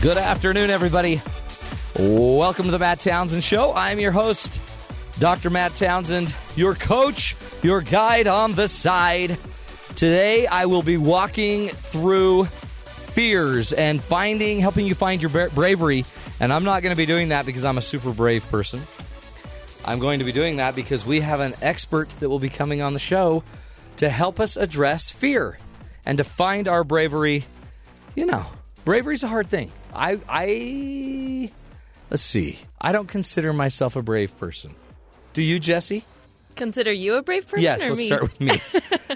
Good afternoon, everybody. Welcome to the Matt Townsend Show. I'm your host, Dr. Matt Townsend, your coach, your guide on the side. Today, I will be walking through fears and finding, helping you find your bra- bravery. And I'm not going to be doing that because I'm a super brave person. I'm going to be doing that because we have an expert that will be coming on the show to help us address fear and to find our bravery you know, bravery's a hard thing. I I let's see. I don't consider myself a brave person. Do you, Jesse? Consider you a brave person Yes, or let's me? start with me.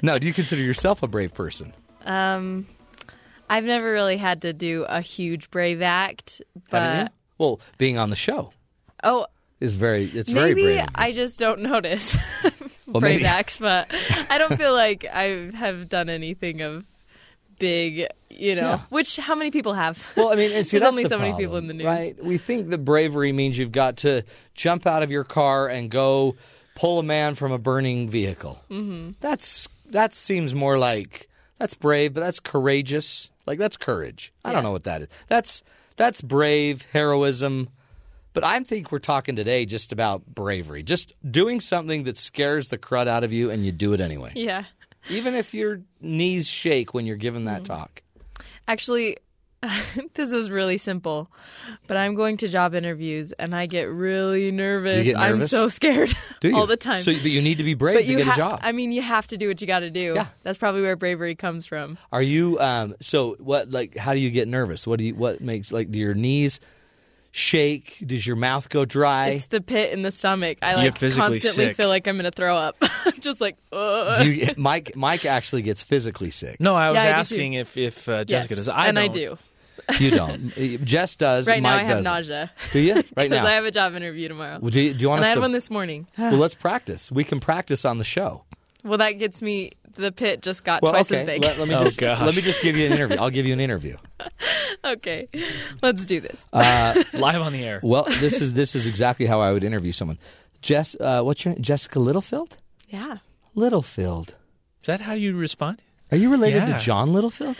no, do you consider yourself a brave person? um, I've never really had to do a huge brave act, Haven't you? but well, being on the show oh, is very it's very maybe brave. I just don't notice brave maybe- acts, but I don't feel like I have done anything of big, you know. Yeah. Which how many people have? Well, I mean, it's There's that's only the so many problem, people in the news. right? We think that bravery means you've got to jump out of your car and go pull a man from a burning vehicle. Mm-hmm. That's that seems more like that's brave, but that's courageous. Like that's courage. I don't know what that is. That's that's brave heroism. But I think we're talking today just about bravery, just doing something that scares the crud out of you, and you do it anyway, Yeah. even if your knees shake when you're giving that Mm-hmm. talk. Actually, this is really simple, but I'm going to job interviews and I get really nervous. get I'm nervous? so scared Do you? all the time. So, but you need to be brave but to you get ha- a job. I mean, you have to do what you got to do. Yeah. That's probably where bravery comes from. Are you um so what like how do you get nervous? What do you what makes like do your knees shake? Does your mouth go dry? It's the pit in the stomach. I like physically constantly sick. feel like I'm going to throw up. I'm just like, uh, ugh. Do you, Mike Mike actually gets physically sick. No, I was Yeah, I do asking if if uh, Yes. Jessica does. I and I don't. do. You don't. Jess does. Right now, I Mike have doesn't. nausea. Do you? Right now. Because I have a job interview tomorrow. Well, do you, do you want and I us had to one this morning. Well, let's practice. We can practice on the show. Well, that gets me. The pit just got Well, twice okay. as big. Let, let me Oh, just gosh. let me just give you an interview. I'll give you an interview. okay, let's do this. Uh, Live on the air. Well, this is this is exactly how I would interview someone. Jess, uh, what's your name? Jessica Littlefield? yeah. Littlefield. Is that how you respond? Are you related Yeah. to John Littlefield?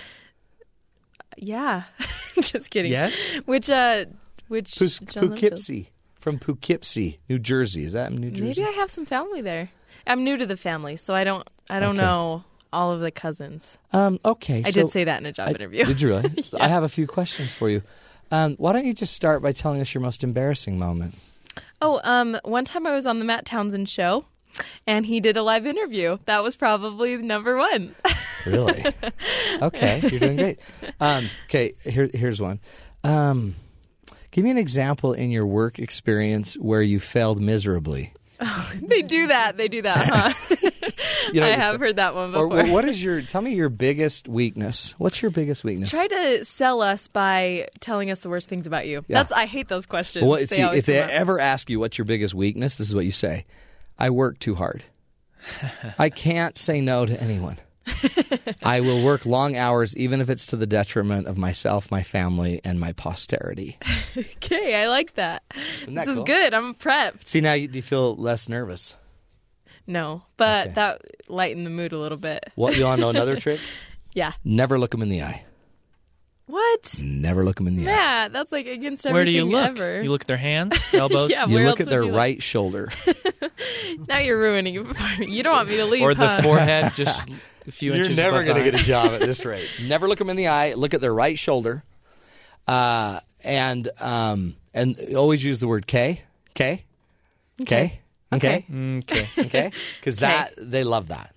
Yeah. Just kidding. Yes. Which uh which Pus- John Littlefield? Poughkeepsie. From Poughkeepsie, New Jersey. Is that in New Jersey? Maybe I have some family there. I'm new to the family, so I don't I don't Okay. know all of the cousins. um, okay. I so- did say that in a job I- interview. Did you really? I have a few questions for you. Um, why don't you just start by telling us your most embarrassing moment? Oh, um one time I was on the Matt Townsend show and he did a live interview. That was probably number 1. Really? okay, you're doing great. Um, okay, here, here's one. Um, give me an example in your work experience where you failed miserably. they do that. They do that, huh? You know I what I'm have saying? heard that one Or before. wh- what is your? Tell me your biggest weakness. What's your biggest weakness? Try to sell us by telling us the worst things about you. Yeah. That's I hate those questions. Well, They see, always if they come up. ever ask you what's your biggest weakness, this is what you say: I work too hard. I can't say no to anyone. I will work long hours, even if it's to the detriment of myself, my family, and my posterity. Okay, I like that. e- that this is cool? good. I'm prepped. See, now you, do you feel less nervous. No, but Okay. that lightened the mood a little bit. What you want to know? Another trick: Yeah. never look them in the eye. What? Never look them in the eye. Yeah, that's like against everything Where do you look? ever. You look at their hands, elbows, Yeah, You where look else at their would you look? right shoulder. Now you're ruining it for me. You don't want me to leave. or the huh? forehead, just a few inches. going to a job at this rate. never look them in the eye. Look at their right shoulder, uh, and um, and always use the word K, K, K, okay, Okay. okay, because that they love that.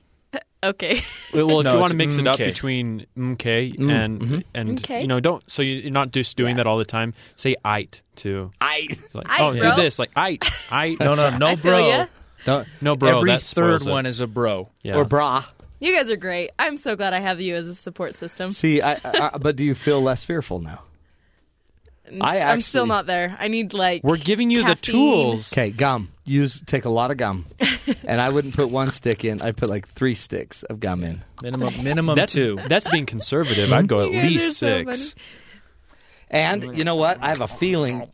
Okay. Well, if No, you it's Mm, want to mix it up mkay. between mk and mm-hmm. and Mkay. you know don't so you- you're not just doing that all the time. Say ite too. I Like, Ite, oh, bro. do this like ite ite. No, no, Oh, no, I feel bro. ya. don't no, bro. Every that spoils third it. one is a bro. yeah. or bra. You guys are great. I'm so glad I have you as a support system. See, I, I, but do you feel less fearful now? I'm, I am still actually- not there. I need like We're giving you the caffeine. tools. Okay, gum. Use take a lot of gum, and I wouldn't put one stick in. I'd put like three sticks of gum in. Minimum, minimum That's two. that's being conservative. I'd go at You guys are least so six. And you know what? I have a feeling.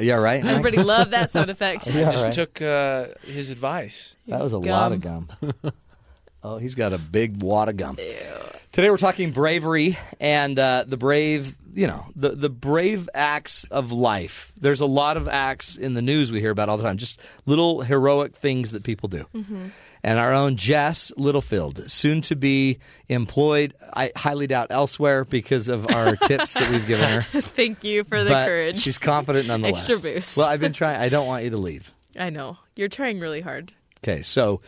Yeah, right. Mike? Everybody love that sound effect. Yeah, Just right. took uh, his advice. That was a lot of gum. oh, he's got a big wad of gum. Today we're talking bravery and uh, the brave, you know, the, the brave acts of life. There's a lot of acts in the news we hear about all the time, just little heroic things that people do. Mm-hmm. And our own Jess Littlefield, soon to be employed, I highly doubt elsewhere because of our tips that we've given her. Thank you for the but courage. she's confident nonetheless. Extra boost. Well, I've been trying. I don't want you to leave. I know. You're trying really hard. Okay, so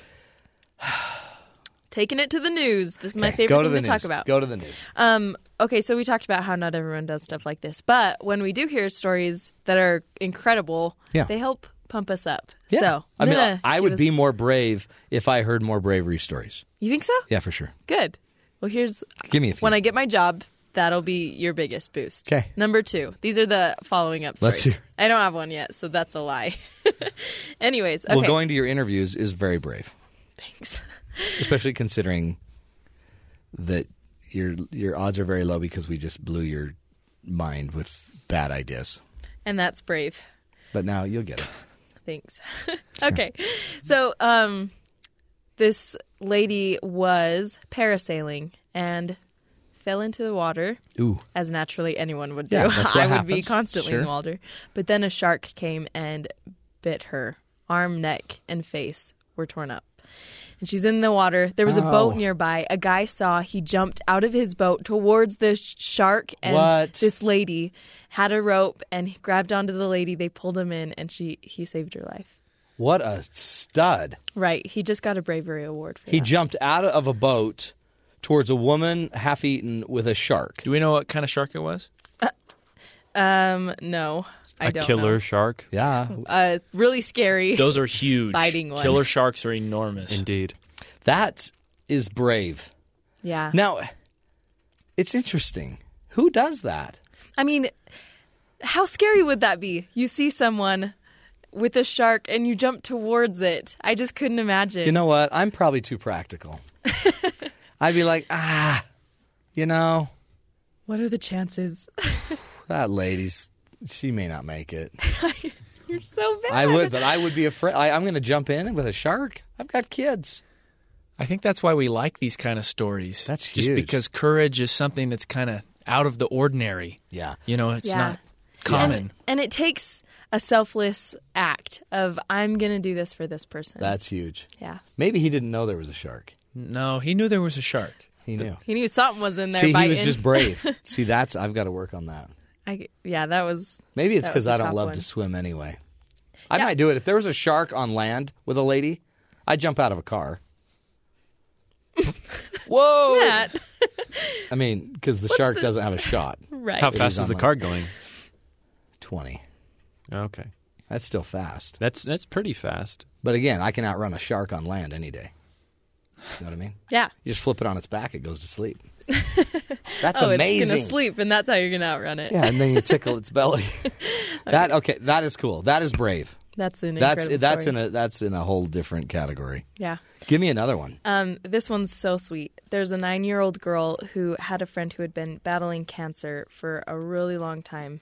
Taking it to the news. This is my okay, favorite go to thing the to news. talk about. Go to the news. Um, okay, so we talked about how not everyone does stuff like this, but when we do hear stories that are incredible, Yeah. they help pump us up. Yeah. So I mean, yeah, I give would us- be more brave if I heard more bravery stories. You think so? Yeah, for sure. Good. Well, here's Give me a few. when I get my job. That'll be your biggest boost. 'Kay. Number two. These are the following up Let's stories. hear. I don't have one yet, so that's a lie. Anyways, okay. Well, going to your interviews is very brave, Thanks. especially considering that your your odds are very low because we just blew your mind with bad ideas. And that's brave. But now you'll get it. Thanks. okay. So, um, this lady was parasailing and fell into the water Ooh, as naturally anyone would do. Yeah, that's I what would be happens. constantly in Sure. the water. But then a shark came and bit her. Arm, neck, and face were torn up. And she's in the water. There was a boat Ow. nearby. A guy saw. He jumped out of his boat towards the sh- shark and What? this lady had a rope and he grabbed onto the lady. They pulled him in and she he saved her life. what a stud! Right. He just got a bravery award for He that. jumped out of a boat towards a woman half eaten with a shark. Do we know what kind of shark it was? um no. I A don't killer know. shark, Yeah, Uh really scary. Those are huge. Biting one. Killer sharks are enormous. indeed. that is brave. yeah. Now, it's interesting. Who does that? I mean, how scary would that be? You see someone with a shark and you jump towards it. I just couldn't imagine. You know what? I'm probably too practical. I'd be like, ah, you know, what are the chances? that lady's, she may not make it. You're so bad. I would, but I would be afraid. I, I'm going to jump in with a shark. I've got kids. I think that's why we like these kind of stories. That's just huge. because courage is something that's kind of out of the ordinary. Yeah. You know, it's Yeah. not common. And it takes a selfless act of I'm going to do this for this person. That's huge. yeah. Maybe he didn't know there was a shark. No, he knew there was a shark. He knew. He knew something was in there. See, he biting. was just brave. See, that's, I've got to work on that. I, yeah, that was. Maybe it's That because was a I don't tough love one. to swim anyway. I might do it. If there was a shark on land with a lady, I'd jump out of a car. Whoa! Matt, I mean, because the shark doesn't have a shot. right. How fast on is the my- car going? 20. Okay, That's still fast. that's that's pretty fast. But again, I can outrun a shark on land any day. You know what I mean? Yeah. You just flip it on its back, it goes to sleep. That's oh, it's amazing. going to sleep, and that's how you're going to outrun it. Yeah, and then you tickle its belly. that okay, that is cool. That is brave. That's an That's incredible that's story. in a that's in a whole different category. Yeah. Give me another one. Um, this one's so sweet. There's a nine year old girl who had a friend who had been battling cancer for a really long time.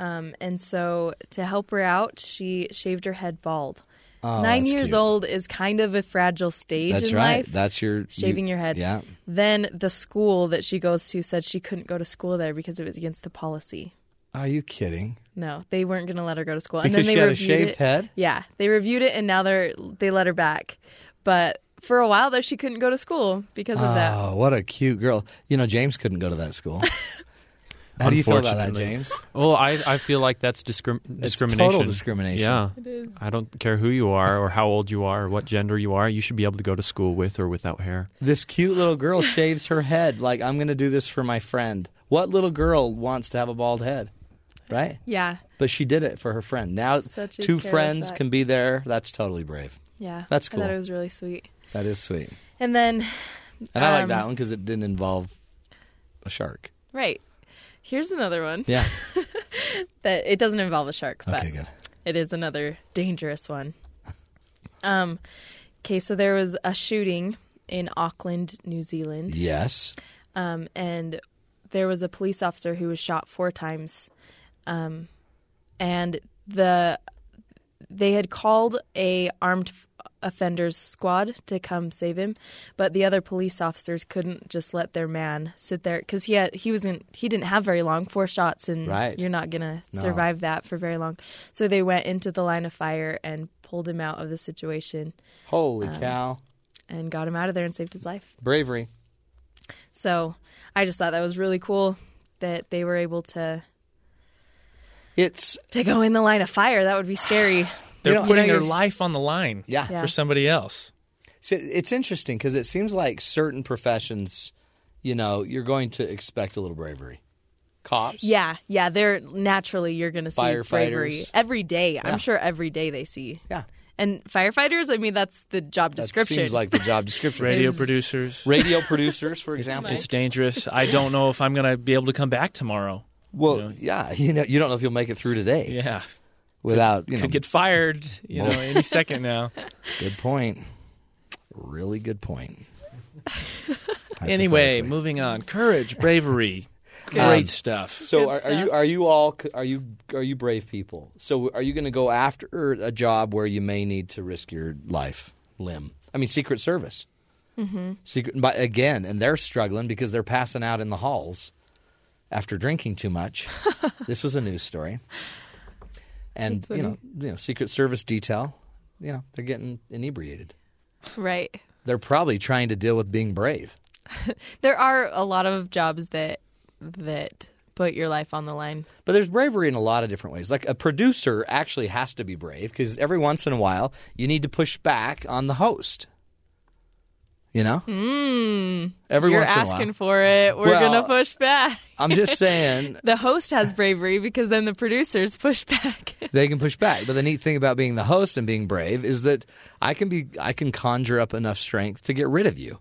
Um, and so to help her out, she shaved her head bald. Nine Oh, that's years cute. old is kind of a fragile stage That's in right. life. That's your shaving your head. Yeah. Then the school that she goes to said she couldn't go to school there because it was against the policy. Are you kidding? No, they weren't going to let her go to school. and Because then they she had a reviewed shaved it. head? Yeah, they reviewed it and now they're they let her back. But for a while there, she couldn't go to school because of that. Oh, what a cute girl. You know, James couldn't go to that school. How do you feel about that, Unfortunately. James? Well, I, I feel like that's discrim- discrimination. total discrimination. Yeah. It is. I don't care who you are or how old you are or what gender you are. You should be able to go to school with or without hair. This cute little girl shaves her head like I'm going to do this for my friend. What little girl wants to have a bald head? Right? Yeah, But she did it for her friend. Now Such a two careless friends act. can be there. That's totally brave. yeah. That's I cool. thought it was really sweet. That is sweet. And then, And I like Um, that one cuz it didn't involve a shark. right, Here's another one Yeah. that it doesn't involve a shark, but Okay, good. it is another dangerous one. Um, okay, so there was a shooting in Auckland, New Zealand. Yes. um, and there was a police officer who was shot four times, um, and the they had called a armed f- offenders squad to come save him, but the other police officers couldn't just let their man sit there because he had he wasn't he didn't have very long four shots and Right. you're not gonna survive that for very long, so they went into the line of fire and pulled him out of the situation Holy Um, cow. and got him out of there and saved his life. Bravery. So I just thought that was really cool that they were able to It's to go in the line of fire. That would be scary. They're You know- putting you know, their you're- life on the line Yeah. Yeah. for somebody else. So it's interesting because it seems like certain professions, you know, you're going to expect a little bravery. Cops. yeah, yeah. They're naturally you're going to see Firefighters. bravery every day. Yeah. I'm sure every day they see. Yeah. And firefighters, I mean, that's the job That description. seems like the job description. Radio Is- producers. Radio producers, for example. It's dangerous. I don't know if I'm going to be able to come back tomorrow. well, yeah, you know, you don't know if you'll make it through today Yeah. without you know. Could get fired, you know, any second now. Good point. Really good point. Anyway, Hypothetically. moving on. Courage, bravery, great Um, stuff. So Good are, are stuff. you are you all are you are you brave people? So are you going to go after a job where you may need to risk your life limb? I mean, Secret Service. Mm-hmm. Secret, but again, and they're struggling because they're passing out in the halls after drinking too much. this was a news story, and That's you know, you know, Secret Service detail. You know, they're getting inebriated. right. They're probably trying to deal with being brave. There are a lot of jobs that that put your life on the line. But there's bravery in a lot of different ways. Like a producer actually has to be brave because every once in a while you need to push back on the host. You know, mm, every Hmm. you're once in a asking while. for it. We're Well- going to push back. I'm just saying The host has bravery because then the producers push back. they can push back. But the neat thing about being the host and being brave is that I can be I can conjure up enough strength to get rid of you.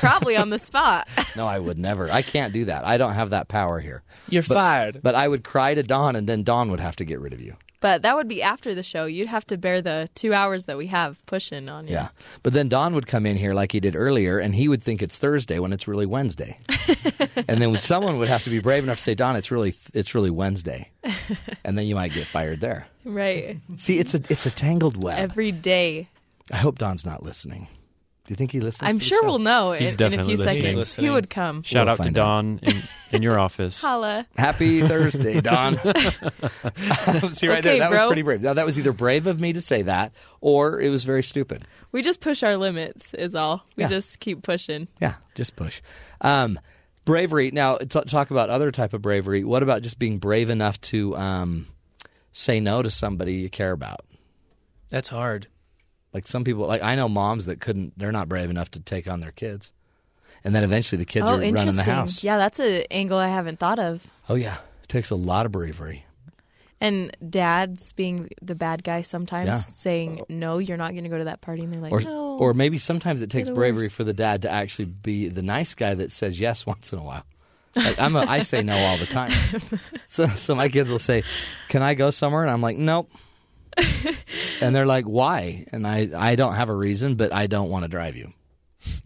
Probably on the spot. No, I would never. I can't do that. I don't have that power here. You're fired. But I would cry to Dawn, and then Dawn would have to get rid of you. But that would be after the show. You'd have to bear the two hours that we have pushing on you. Yeah. But then Don would come in here like he did earlier, and he would think it's Thursday when it's really Wednesday. and then someone would have to be brave enough to say, Don, it's really it's really Wednesday. And then you might get fired there. Right. See, it's a it's a tangled web. Every day. I hope Don's not listening. Do you think he listens? I'm to the sure show? we'll know He's in, in a definitely few listening. seconds. He's listening. He would come. Shout We'll out to find out. Don in, in your office. Holla. Happy Thursday, Don. See right there, Okay, that was bro. pretty brave. Now that was either brave of me to say that, or it was very stupid. We just push our limits, is all. We Yeah. just keep pushing. Yeah, just push. Um, bravery. Now, t- talk about other type of bravery. What about just being brave enough to um, say no to somebody you care about? That's hard. Like some people, like I know moms that couldn't. They're not brave enough to take on their kids, and then eventually the kids oh, are running the interesting. house. Yeah, that's an angle I haven't thought of. Oh yeah, it takes a lot of bravery. And dads being the bad guy sometimes Yeah. saying, no, you're not going to go to that party. And they're like, Or, no. or maybe sometimes it takes the bravery worst. for the dad to actually be the nice guy that says yes once in a while. Like I'm a, I say no all the time. So, so my kids will say, "Can I go somewhere?" And I'm like, "Nope." and they're like, "Why?" And I, I don't have a reason, but I don't want to drive you.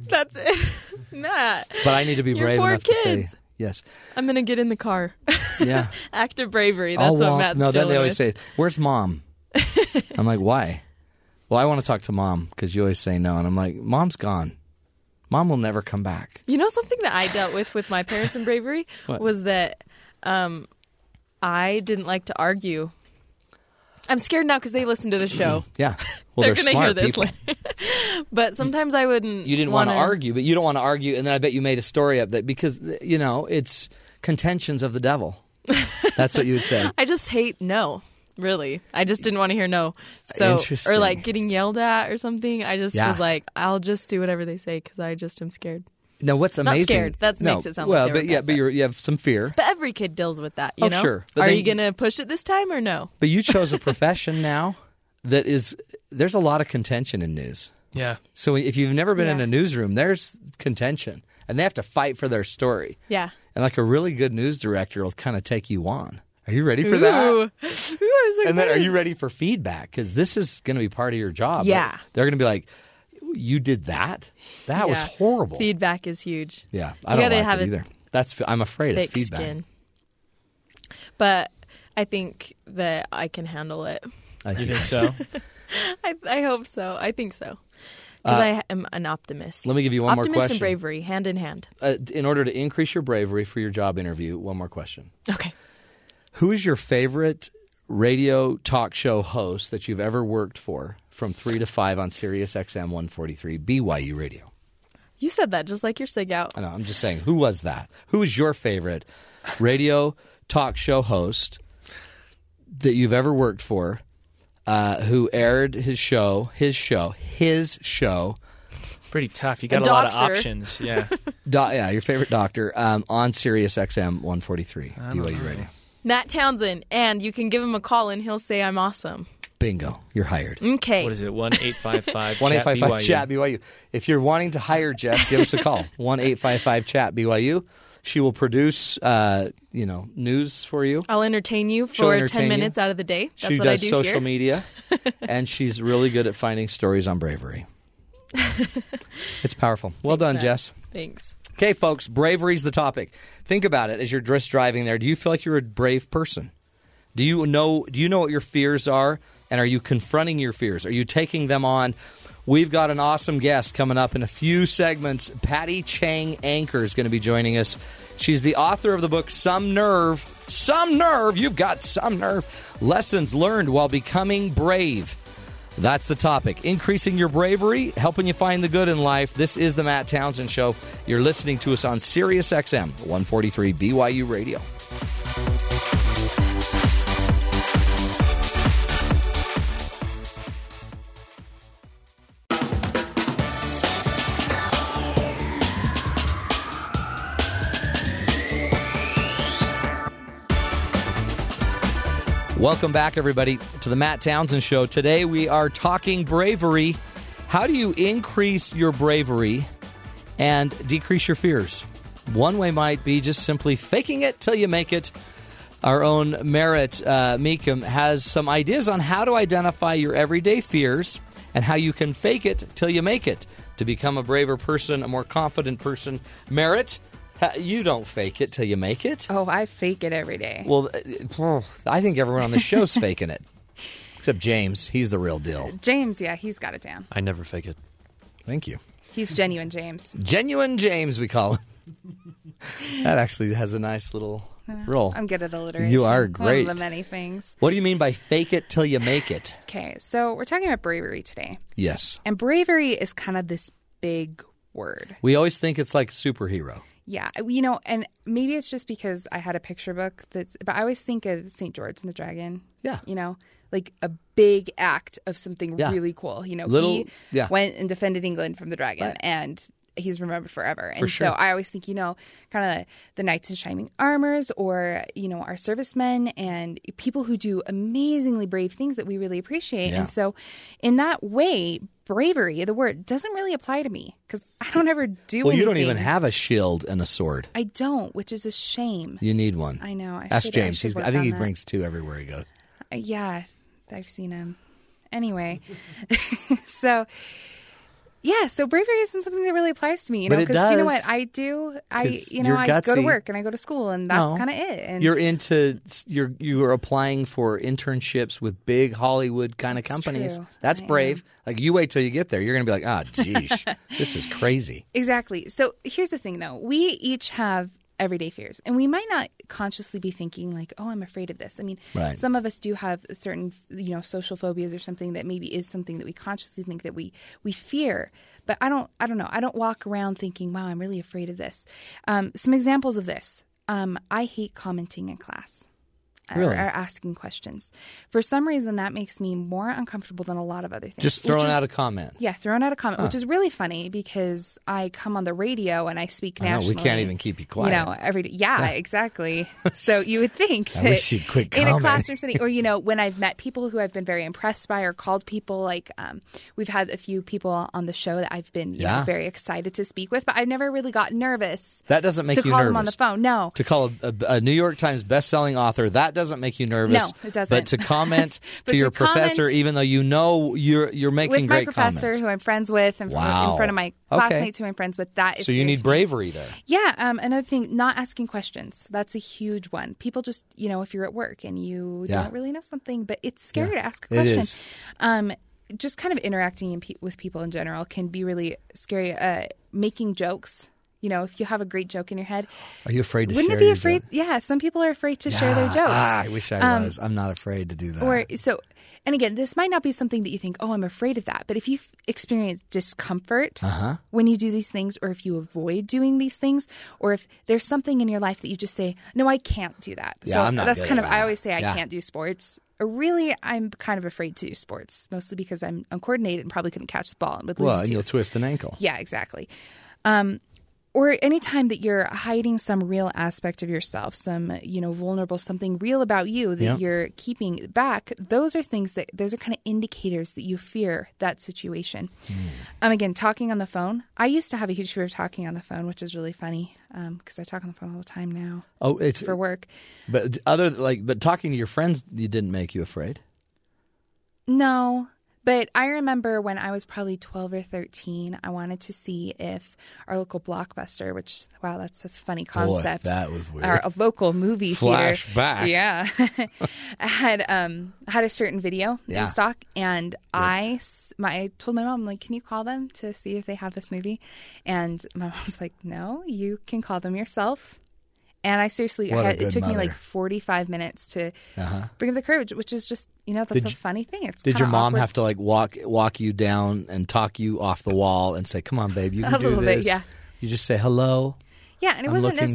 that's it. Matt, But I need to be Your brave poor enough to kids. say yes. I'm going to get in the car. Yeah, Act of bravery. I'll That's what walk- Matt's No, then dealing they always with. say, "Where's mom?" I'm like, "Why?" Well, I want to talk to mom because you always say no, and I'm like, "Mom's gone. Mom will never come back." You know something that I dealt with with my parents in bravery was that um, I didn't like to argue. I'm scared now because they listen to the show, Yeah. Mm-hmm. Well, they're, They're gonna smart hear this people. but sometimes I wouldn't. You didn't want wanna, to argue, but you don't want to argue, and then I bet you made a story up that because you know it's contentions of the devil. That's what you would say. I just hate no. Really, I just didn't want to hear no. So, Interesting. or like getting yelled at or something. I just Yeah. was like, I'll just do whatever they say because I just am scared. No, what's amazing? scared. That no, makes it sound like well, they but were yeah, but bad, but- you're, you have some fear. But every kid deals with that, you Oh, know. sure. But Are then you you- gonna push it this time or no? But you chose a profession now that is there's a lot of contention in news. Yeah. So if you've never been in Yeah. a newsroom, there's contention, and they have to fight for their story. Yeah. And like a really good news director will kind of take you on. Are you ready for that? Ooh. Ooh, I'm so And then are excited. you ready for feedback? Because this is going to be part of your job. Yeah. They're going to be like, you did that? That was Yeah. horrible. Feedback is huge. yeah. I don't You gotta like have it a either. That's I'm afraid of Thick feedback. skin. But I think that I can handle it. I You think- think so? I, I hope so. I think so. Because I am an optimist. Uh, let me give you one more optimist question. and bravery, hand in hand. uh, in order to increase your bravery for your job interview, one more question. Okay. Who is your favorite radio talk show host that you've ever worked for from 3 to 5 on Sirius XM 143 BYU radio? You said that just like your sig out. I know, I'm just saying, who was that? Who is your favorite radio talk show host that you've ever worked for uh, who aired his show, his show, his show, Pretty tough. You got A a, lot of doctor. options. Yeah. do- yeah, your favorite doctor um, on Sirius XM 143 BYU radio? Matt Townsend, and you can give him a call and he'll say I'm awesome. Bingo, you're hired. Okay. What is it? One eight five five. One eight five five chat BYU. If you're wanting to hire Jess, give us a call. One eight five five chat BYU. She will produce, uh, you know, news for you. I'll entertain you She'll for entertain you. ten minutes out of the day. That's she what does I do social here. media, and she's really good at finding stories on bravery. it's powerful. Well done, Matt. Jess. Thanks. Okay, folks, bravery's the topic. Think about it as you're just driving there. Do you feel like you're a brave person? Do you know do you know what your fears are and are you confronting your fears? Are you taking them on? We've got an awesome guest coming up in a few segments. Patty Chang Anchor is going to be joining us. She's the author of the book Some Nerve. Some Nerve, you've got some nerve. Lessons learned while becoming brave. That's the topic. Increasing your bravery, helping you find the good in life. This is the Matt Townsend Show. You're listening to us on Sirius XM 143 BYU Radio. Welcome back, everybody, to the Matt Townsend Show. Today we are talking bravery. How do you increase your bravery and decrease your fears? One way might be just simply faking it till you make it. Our own Merritt uh, Meekum has some ideas on how to identify your everyday fears and how you can fake it till you make it to become a braver person, a more confident person. Merritt, ha- you don't fake it till you make it. Oh, I fake it every day. Well, uh, I think everyone on the show's faking it, except James. He's the real deal. James, yeah, he's got it down. I never fake it. Thank you, He's genuine, James. genuine James. We call him. that actually has a nice little roll. I'm good at alliteration. You are great. One of the many things. What do you mean by fake it till you make it? Okay, so we're talking about bravery today, Yes, and bravery is kind of this big word. we always think it's like superhero. Yeah, you know, and maybe it's just because I had a picture book that's, but I always think of St. George and the Dragon. Yeah. You know, like a big act of something Yeah. really cool. You know, Little- he yeah. went and defended England from the dragon and he's remembered forever. And sure. so I always think, you know, kind of the knights in shining armors or, you know, our servicemen and people who do amazingly brave things that we really appreciate. Yeah. And so in that way, bravery, the word, doesn't really apply to me because I don't ever do Well, you don't anything. even have a shield and a sword. I don't, which is a shame. You need one. I know. I Ask should- I James. should He's, work I think on he that. brings two everywhere he goes. Uh, Yeah, I've seen him. Anyway, so yeah, so bravery isn't something that really applies to me, you But know. it you know what does. I do, I 'Cause you know you're I go to gutsy. work and I go to school, and that's No. kind of it. And You're into you're you're applying for internships with big Hollywood kind of companies. true. That's I am. brave. Like you wait till you get there, you're gonna be like, ah, geez, this is crazy. Exactly. So here's the thing, though. We each have everyday fears, and we might not consciously be thinking like, "Oh, I'm afraid of this." I mean, Right. some of us do have certain, you know, social phobias or something that maybe is something that we consciously think that we we fear. But I don't. I don't know. I don't walk around thinking, "Wow, I'm really afraid of this." Um, some examples of this. Um, I hate commenting in class. or, Really? or asking questions. For some reason, that makes me more uncomfortable than a lot of other things. Just which throwing is- out a comment. yeah, throwing out a comment, which is really funny because I come on the radio and I speak I know, nationally. we can't even keep you quiet. You know, every day. Yeah, exactly. So you would think I that wish you'd quit in a commenting. classroom setting, or you know, when I've met people who I've been very impressed by, or called people like um, we've had a few people on the show that I've been you know, Yeah. very excited to speak with, but I've never really got nervous That doesn't make to you call nervous. them on the phone. No, To call a, a, a New York Times best-selling author, that doesn't make you nervous. No, it doesn't. But to comment But to to your professor, comment- even though you know you're you're making with my great professor comments, who I'm friends with, and Wow. in front of my Okay. classmates who I'm friends with, that is so you scary need to me. bravery there. Yeah, um, another thing, not asking questions. That's a huge one. People just, you know, if you're at work and you Yeah. don't really know something, but it's scary to ask a it question. is. Um, just kind of interacting in pe- with people in general can be really scary. Uh, making jokes, you know, if you have a great joke in your head, Are you afraid to wouldn't share it be your afraid? joke? Yeah, some people are afraid to share their Ah, jokes. ah, I wish I Um, was. I'm not afraid to do that. Or so, and again, this might not be something that you think, oh, I'm afraid of that. But if you f- experience discomfort Uh-huh. when you do these things, or if you avoid doing these things, or if there's something in your life that you just say, no, I can't do that. Yeah, so I'm not that's good kind at of, that. I always say, I Yeah. can't do sports. Or Really, I'm kind of afraid to do sports, mostly because I'm uncoordinated and probably couldn't catch the ball and would lose well, a and tooth. you'll twist an ankle. Yeah, exactly. Um, or any time that you're hiding some real aspect of yourself, some you know vulnerable, something real about you that Yeah. you're keeping back. Those are things that those are kind of indicators that you fear that situation. Um, again, talking on the phone. I used to have a huge fear of talking on the phone, which is really funny because I talk on the phone all the time now Oh, it's for work. but other like but talking to your friends, you didn't make you afraid. No. But I remember when I was probably 12 or 13, I wanted to see if our local blockbuster, which, wow, that's a funny concept. that was weird. Our a local movie Flashback. theater. Yeah. had um had a certain video Yeah. in stock and I s I my I told my mom like can you call them to see if they have this movie and my mom was like no you can call them yourself and I seriously I What a had, good it took me mother. like 45 minutes to bring up the courage which is just you know that's Uh-huh. Did a you- funny thing it's Did your kinda mom awkward. have to like walk walk you down and talk you off the wall and say, "Come on, babe, you A can do little bit, this"? yeah. You just say hello. Yeah, and it I'm wasn't looking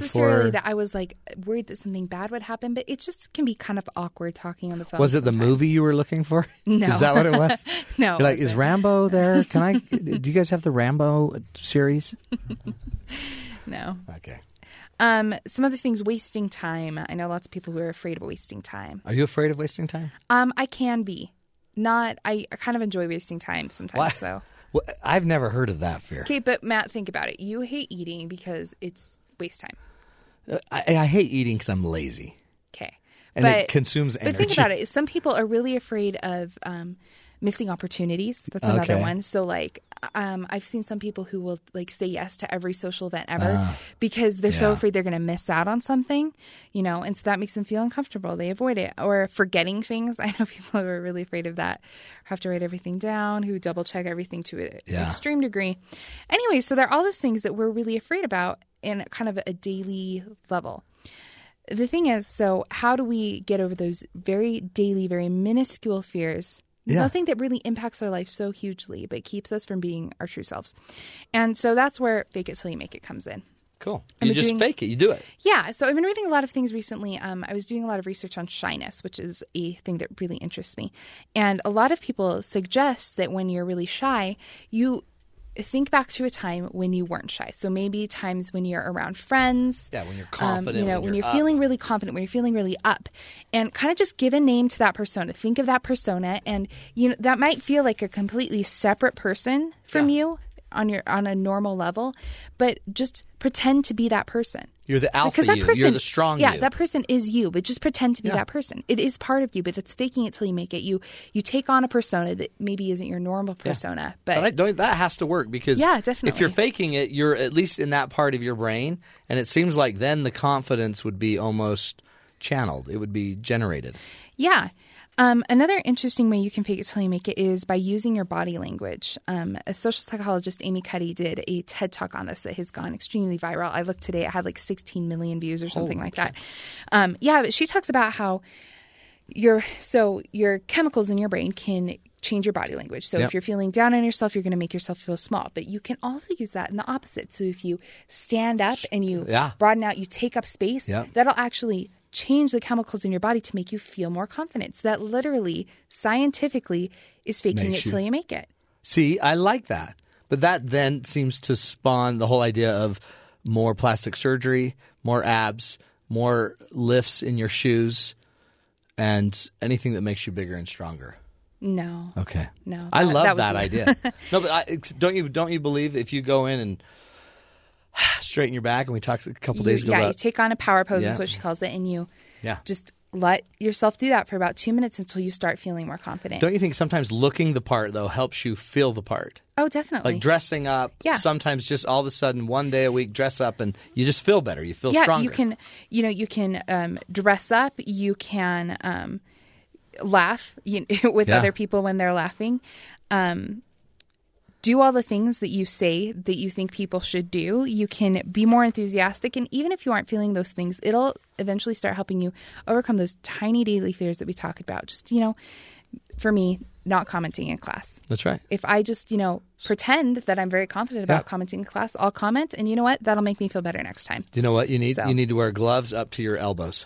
for- necessarily that I was like worried that something bad would happen, but it just can be kind of awkward talking on the phone. Was it the sometimes. movie you were looking for? No. Is that what it was? No, You're like, it is wasn't. Rambo there? Can I? do you guys have the Rambo series? No. Okay. Um, some other things, wasting time. I know lots of people who are afraid of wasting time. Are you afraid of wasting time? Um, I can be. Not, I, I kind of enjoy wasting time sometimes. Why- So, Well, I've never heard of that fear. okay, but Matt, think about it. You hate eating because it's waste time. I, I hate eating because I'm lazy Okay, and it consumes energy. But think about it. Some people are really afraid of um, missing opportunities. That's another Okay. one. So, like, um, I've seen some people who will like say yes to every social event ever because they're so Ah. yeah. afraid they're going to miss out on something, you know, and so that makes them feel uncomfortable. They avoid it or forgetting things. I know people who are really afraid of that, have to write everything down, who double check everything to an Yeah. extreme degree. Anyway, so there are all those things that we're really afraid about in kind of a daily level the thing is so how do we get over those very daily very minuscule fears Yeah. nothing that really impacts our life so hugely but keeps us from being our true selves and so that's where fake it till you make it comes in Cool. I'm you just doing- fake it. You do it. yeah, so I've been reading a lot of things recently. Um, I was doing a lot of research on shyness, which is a thing that really interests me. And a lot of people suggest that when you're really shy, you think back to a time when you weren't shy. So maybe times when you're around friends. Yeah, when you're um, confident, you know, when when you're you're, up. feeling really confident, when you're feeling really up, and kind of just give a name to that persona. Think of that persona, and you know that might feel like a completely separate person from you on your on a normal level, but just pretend to be that person You're the alpha because that you. person, you're the strong yeah, you. that person is you, but just pretend to be Yeah. that person. It is part of you, but it's faking it till you make it. You you take on a persona that maybe isn't your normal persona, but But I don't- that has to work because Yeah, definitely. if you're faking it, you're at least in that part of your brain, and it seems like then the confidence would be almost channeled. It would be generated. yeah. Um, another interesting way you can fake it till you make it is by using your body language. Um, a social psychologist, Amy Cuddy, did a TED talk on this that has gone extremely viral. I looked today; it had like 16 million views or something like that. Um, yeah, but she talks about how your so your chemicals in your brain can change your body language. So Yep. if you're feeling down on yourself, you're going to make yourself feel small. But you can also use that in the opposite. So if you stand up and you yeah. broaden out, you take up space, Yep. that'll actually change the chemicals in your body to make you feel more confident. So that literally, scientifically, is faking Makes it till you- you make it. See, I like that. But that then seems to spawn the whole idea of more plastic surgery, more abs, more lifts in your shoes, and anything that makes you bigger and stronger. No. Okay. No, I that- love that that, was the- idea. no, but I, don't you don't you believe if you go in and straighten your back? And we talked a couple You- days ago yeah, about you take on a power pose Yeah. is what she calls it, and you yeah. just let yourself do that for about two minutes until you start feeling more confident. Don't you think sometimes looking the part though helps you feel the part? oh, definitely. Like dressing up, Yeah. sometimes just all of a sudden one day a week dress up and you just feel better. You feel yeah, stronger. you can. You know, you can um, dress up. You can um, laugh you, with Yeah. other people when they're laughing. Um, do all the things that you say that you think people should do. You can be more enthusiastic, and even if you aren't feeling those things, it'll eventually start helping you overcome those tiny daily fears that we talk about. Just you know, for me, not commenting in class. That's right. if I just, you know, pretend that I'm very confident about commenting in class, I'll comment and you know what? That'll make me feel better next time. Do you know what you need? So- You need to wear gloves up to your elbows.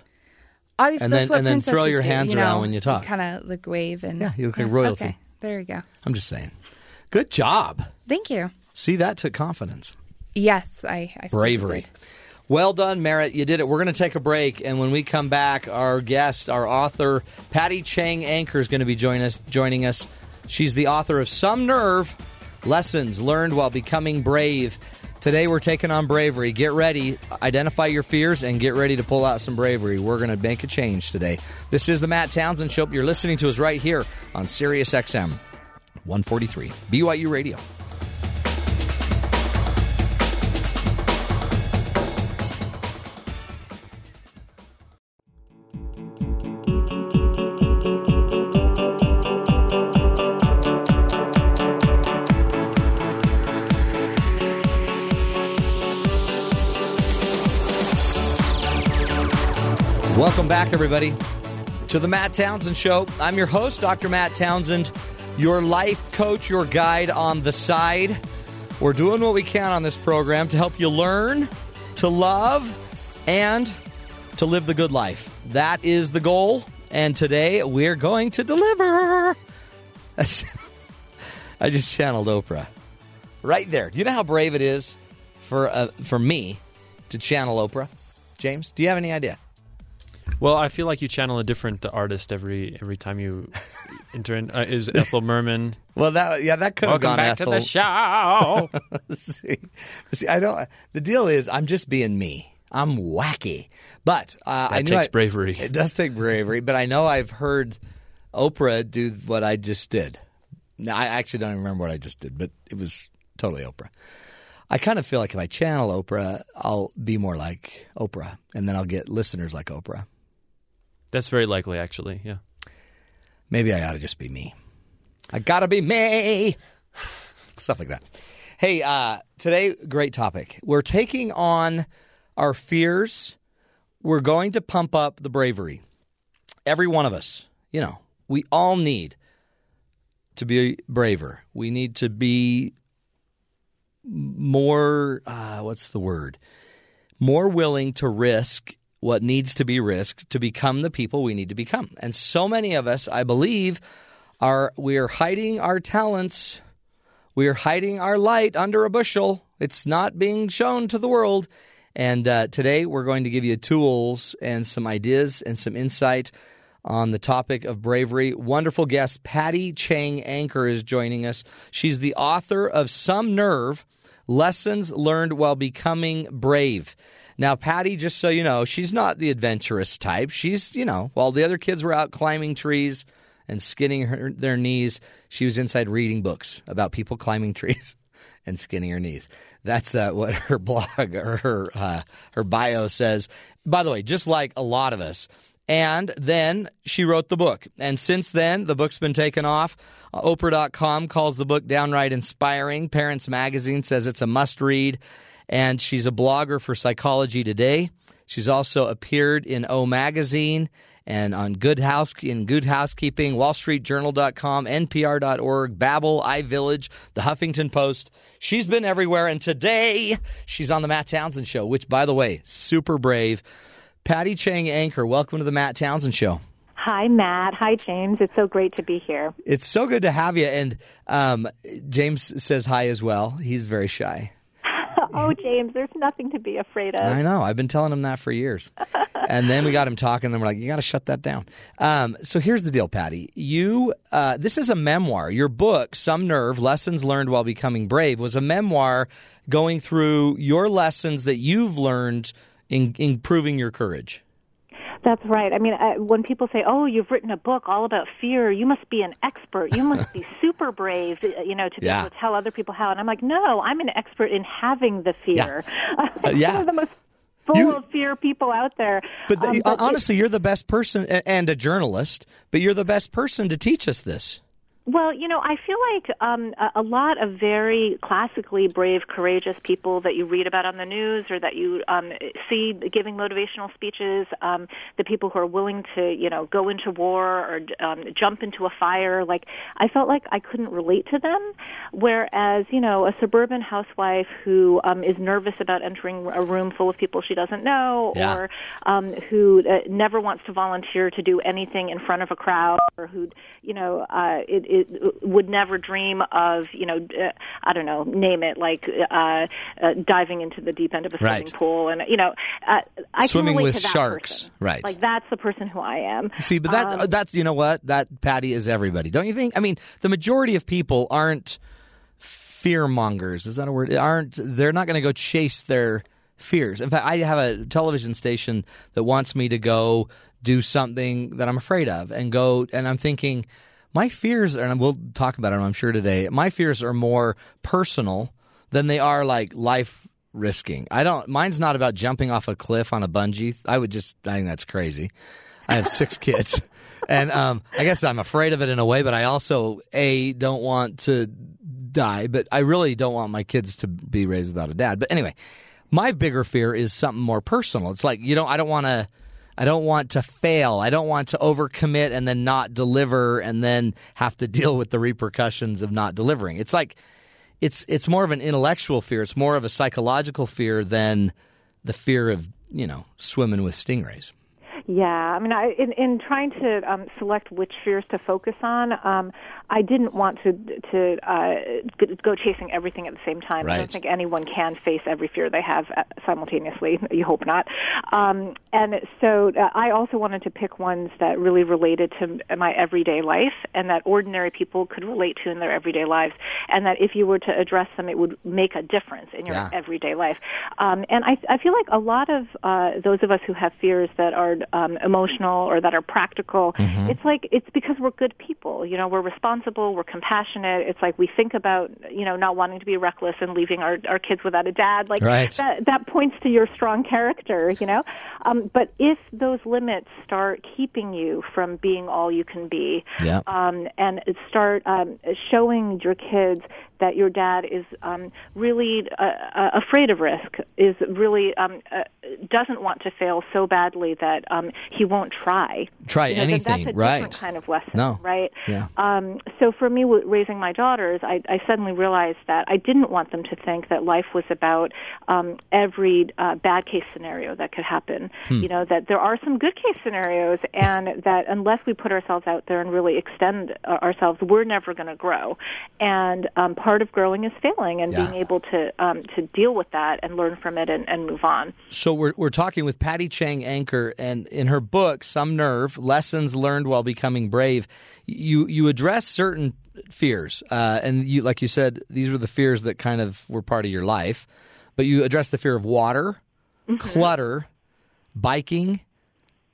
Obviously And that's then- what and then princesses throw your do, hands you know, around when you talk. Kinda like wave and Yeah, you look like royalty. Okay. There we go. I'm just saying. Good job. Thank you. See, that took confidence. Yes, I, I suppose it bravery. did. Well done, Merritt. You did it. We're going to take a break, and when we come back, our guest, our author, Patty Chang Anchor, is going to be join us, joining us. She's the author of Some Nerve Lessons Learned While Becoming Brave. Today, we're taking on bravery. Get ready, identify your fears, and get ready to pull out some bravery. We're going to make a change today. This is the Matt Townsend Show. You're listening to us right here on Sirius XM 143, BYU Radio. Welcome back, everybody, to the Matt Townsend Show. I'm your host, Dr. Matt Townsend, your life coach, your guide on the side. We're doing what we can on this program to help you learn, to love, and to live the good life. That is the goal, and today we're going to deliver. That's, I just channeled Oprah. Right there. Do you know how brave it is for uh, for me to channel Oprah? James, do you have any idea? Well, I feel like you channel a different artist every every time you enter in. Uh, it was Ethel Merman. Well, that yeah, that could have Welcome gone back Ethel. to the show. see, see, I don't. The deal is, I'm just being me. I'm wacky, but uh, I That knew takes I- bravery. It does take bravery, but I know I've heard Oprah do what I just did. Now, I actually don't even remember what I just did, but it was totally Oprah. I kind of feel like if I channel Oprah, I'll be more like Oprah, and then I'll get listeners like Oprah. That's very likely, actually. Yeah. maybe I ought to just be me. I gotta be me. Stuff like that. Hey, uh, today, great topic. We're taking on our fears. We're going to pump up the bravery. Every one of us, you know, we all need to be braver. We need to be more, uh, what's the word? more willing to risk what needs to be risked to become the people we need to become. And so many of us, I believe, are we are hiding our talents. We are hiding our light under a bushel. It's not being shown to the world. And uh, today we're going to give you tools and some ideas and some insight on the topic of bravery. Wonderful guest Patty Chang Anchor is joining us. She's the author of Some Nerve Lessons Learned While Becoming Brave. Now, Patty, just so you know, she's not the adventurous type. She's, you know, while the other kids were out climbing trees and skinning her, their knees, she was inside reading books about people climbing trees and skinning her knees. That's uh, what her blog or her uh, her bio says. By the way, just like a lot of us. And then she wrote the book. And since then, the book's been taken off. Uh, Oprah.com calls the book downright inspiring. Parents Magazine says it's a must read. And she's a blogger for Psychology Today. She's also appeared in O Magazine and on Good House in Good Housekeeping, WallStreetJournal.com, NPR.org, Babbel, iVillage, The Huffington Post. She's been everywhere, and today she's on the Matt Townsend Show, which, by the way, super brave. Patty Chang, anchor. Welcome to the Matt Townsend Show. Hi, Matt. Hi, James. It's so great to be here. It's so good to have you. And um, James says hi as well. He's very shy. Oh, James, there's nothing to be afraid of. I know. I've been telling him that for years. and then we got him talking. Then we're like, you got to shut that down. Um, so here's the deal, Patty. You, uh, this is a memoir. Your book, Some Nerve: Lessons Learned While Becoming Brave, was a memoir going through your lessons that you've learned in improving your courage. That's right. I mean, I, when people say, "Oh, you've written a book all about fear. You must be an expert. You must be super brave, uh, you know, to be Yeah. able to tell other people how." And I'm like, "No, I'm an expert in having the fear." I'm yeah. One of the most full You- of fear people out there. But, Um, the, but it- honestly, you're the best person a- and a journalist, but you're the best person to teach us this. Well, you know, I feel like um, a, a lot of very classically brave, courageous people that you read about on the news or that you um, see giving motivational speeches, um, the people who are willing to, you know, go into war or um, jump into a fire, like, I felt like I couldn't relate to them. Whereas, you know, a suburban housewife who um, is nervous about entering a room full of people she doesn't know Yeah. or um, who uh, never wants to volunteer to do anything in front of a crowd, or who you know uh, it, it would never dream of you know uh, I don't know name it like uh, uh, diving into the deep end of a swimming Right. pool and you know uh, I Swimming can relate with to that sharks. person. Right. Like that's the person who I am. See, but that Um, that's you know what that Patty is everybody, don't you think? I mean, the majority of people aren't fear mongers. Is that a word? Aren't they're not going to go chase their fears? In fact, I have a television station that wants me to go do something that I'm afraid of, and go, and I'm thinking. My fears, and we'll talk about it, I'm sure today. My fears are more personal than they are like life risking. I don't. Mine's not about jumping off a cliff on a bungee. I would just. I think that's crazy. I have six kids, and um, I guess I'm afraid of it in a way. But I also a don't want to die, but I really don't want my kids to be raised without a dad. But anyway, my bigger fear is something more personal. It's like you know I don't want to. I don't want to fail. I don't want to overcommit and then not deliver and then have to deal with the repercussions of not delivering. It's like it's it's more of an intellectual fear. It's more of a psychological fear than the fear of you know swimming with stingrays. Yeah, I mean, I, in, in trying to um, select which fears to focus on, um, I didn't want to to uh, g- go chasing everything at the same time. I Right. don't think anyone can face every fear they have uh, simultaneously. You hope not. Um, and so, uh, I also wanted to pick ones that really related to m- my everyday life and that ordinary people could relate to in their everyday lives, and that if you were to address them, it would make a difference in your Yeah. everyday life. Um, and I, I feel like a lot of uh, those of us who have fears that are um, emotional or that are practical, Mm-hmm. it's like it's because we're good people. You know, we're responsible, we're compassionate. It's like we think about you know not wanting to be reckless and leaving our, our kids without a dad. Like Right. that, Uh, that points to your strong character. You know, um, but if those limits start keeping you from being all you can be, Yeah. um, and start um, showing your kids that your dad is um, really uh, uh, afraid of risk, is really um, uh, doesn't want to fail so badly that um, he won't try. Try You know, then anything, that's a right? Different kind of lesson, No. right? Yeah. Um, so for me, w- raising my daughters, I, I suddenly realized that I didn't want them to think that life was about um, every uh, bad case scenario that could happen. Hmm. You know that there are some good case scenarios, and that unless we put ourselves out there and really extend uh, ourselves, we're never going to grow. And um, part of growing is failing and Yeah. being able to um, to deal with that and learn from it and, and move on. So we're we're talking with Patty Chang Anchor, and in her book "Some Nerve: Lessons Learned While Becoming Brave," you you address certain fears, uh, and you like you said, these were the fears that kind of were part of your life, but you address the fear of water, clutter, biking,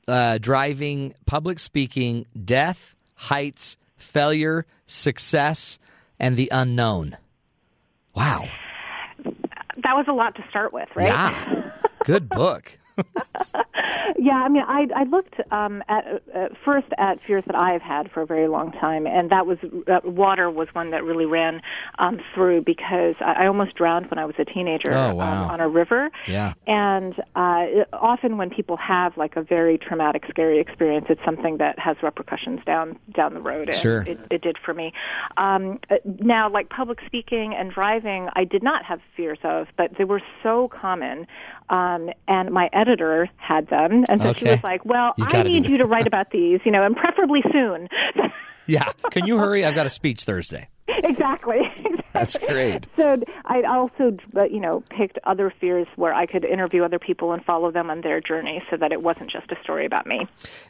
uh, driving, public speaking, death, heights, failure, success, and the unknown. Wow! That was a lot to start with, right? Yeah, good book. Yeah, I mean, I I looked um, at uh, first at fears that I have had for a very long time, and that was uh, water was one that really ran um, through because I, I almost drowned when I was a teenager Oh, wow. um, on a river. Yeah. And uh, it- often when people have like a very traumatic, scary experience, it's something that has repercussions down down the road. and Sure. It, it did for me. Um, uh, now, like public speaking and driving, I did not have fears of, but they were so common. Um, and my editor had them them. And so she Okay. was like, well, You I gotta do need that. you to write about these, you know, and preferably soon. Yeah. Can you hurry? I've got a speech Thursday. exactly. That's great. So I also, uh, you know, picked other spheres where I could interview other people and follow them on their journey, so that it wasn't just a story about me.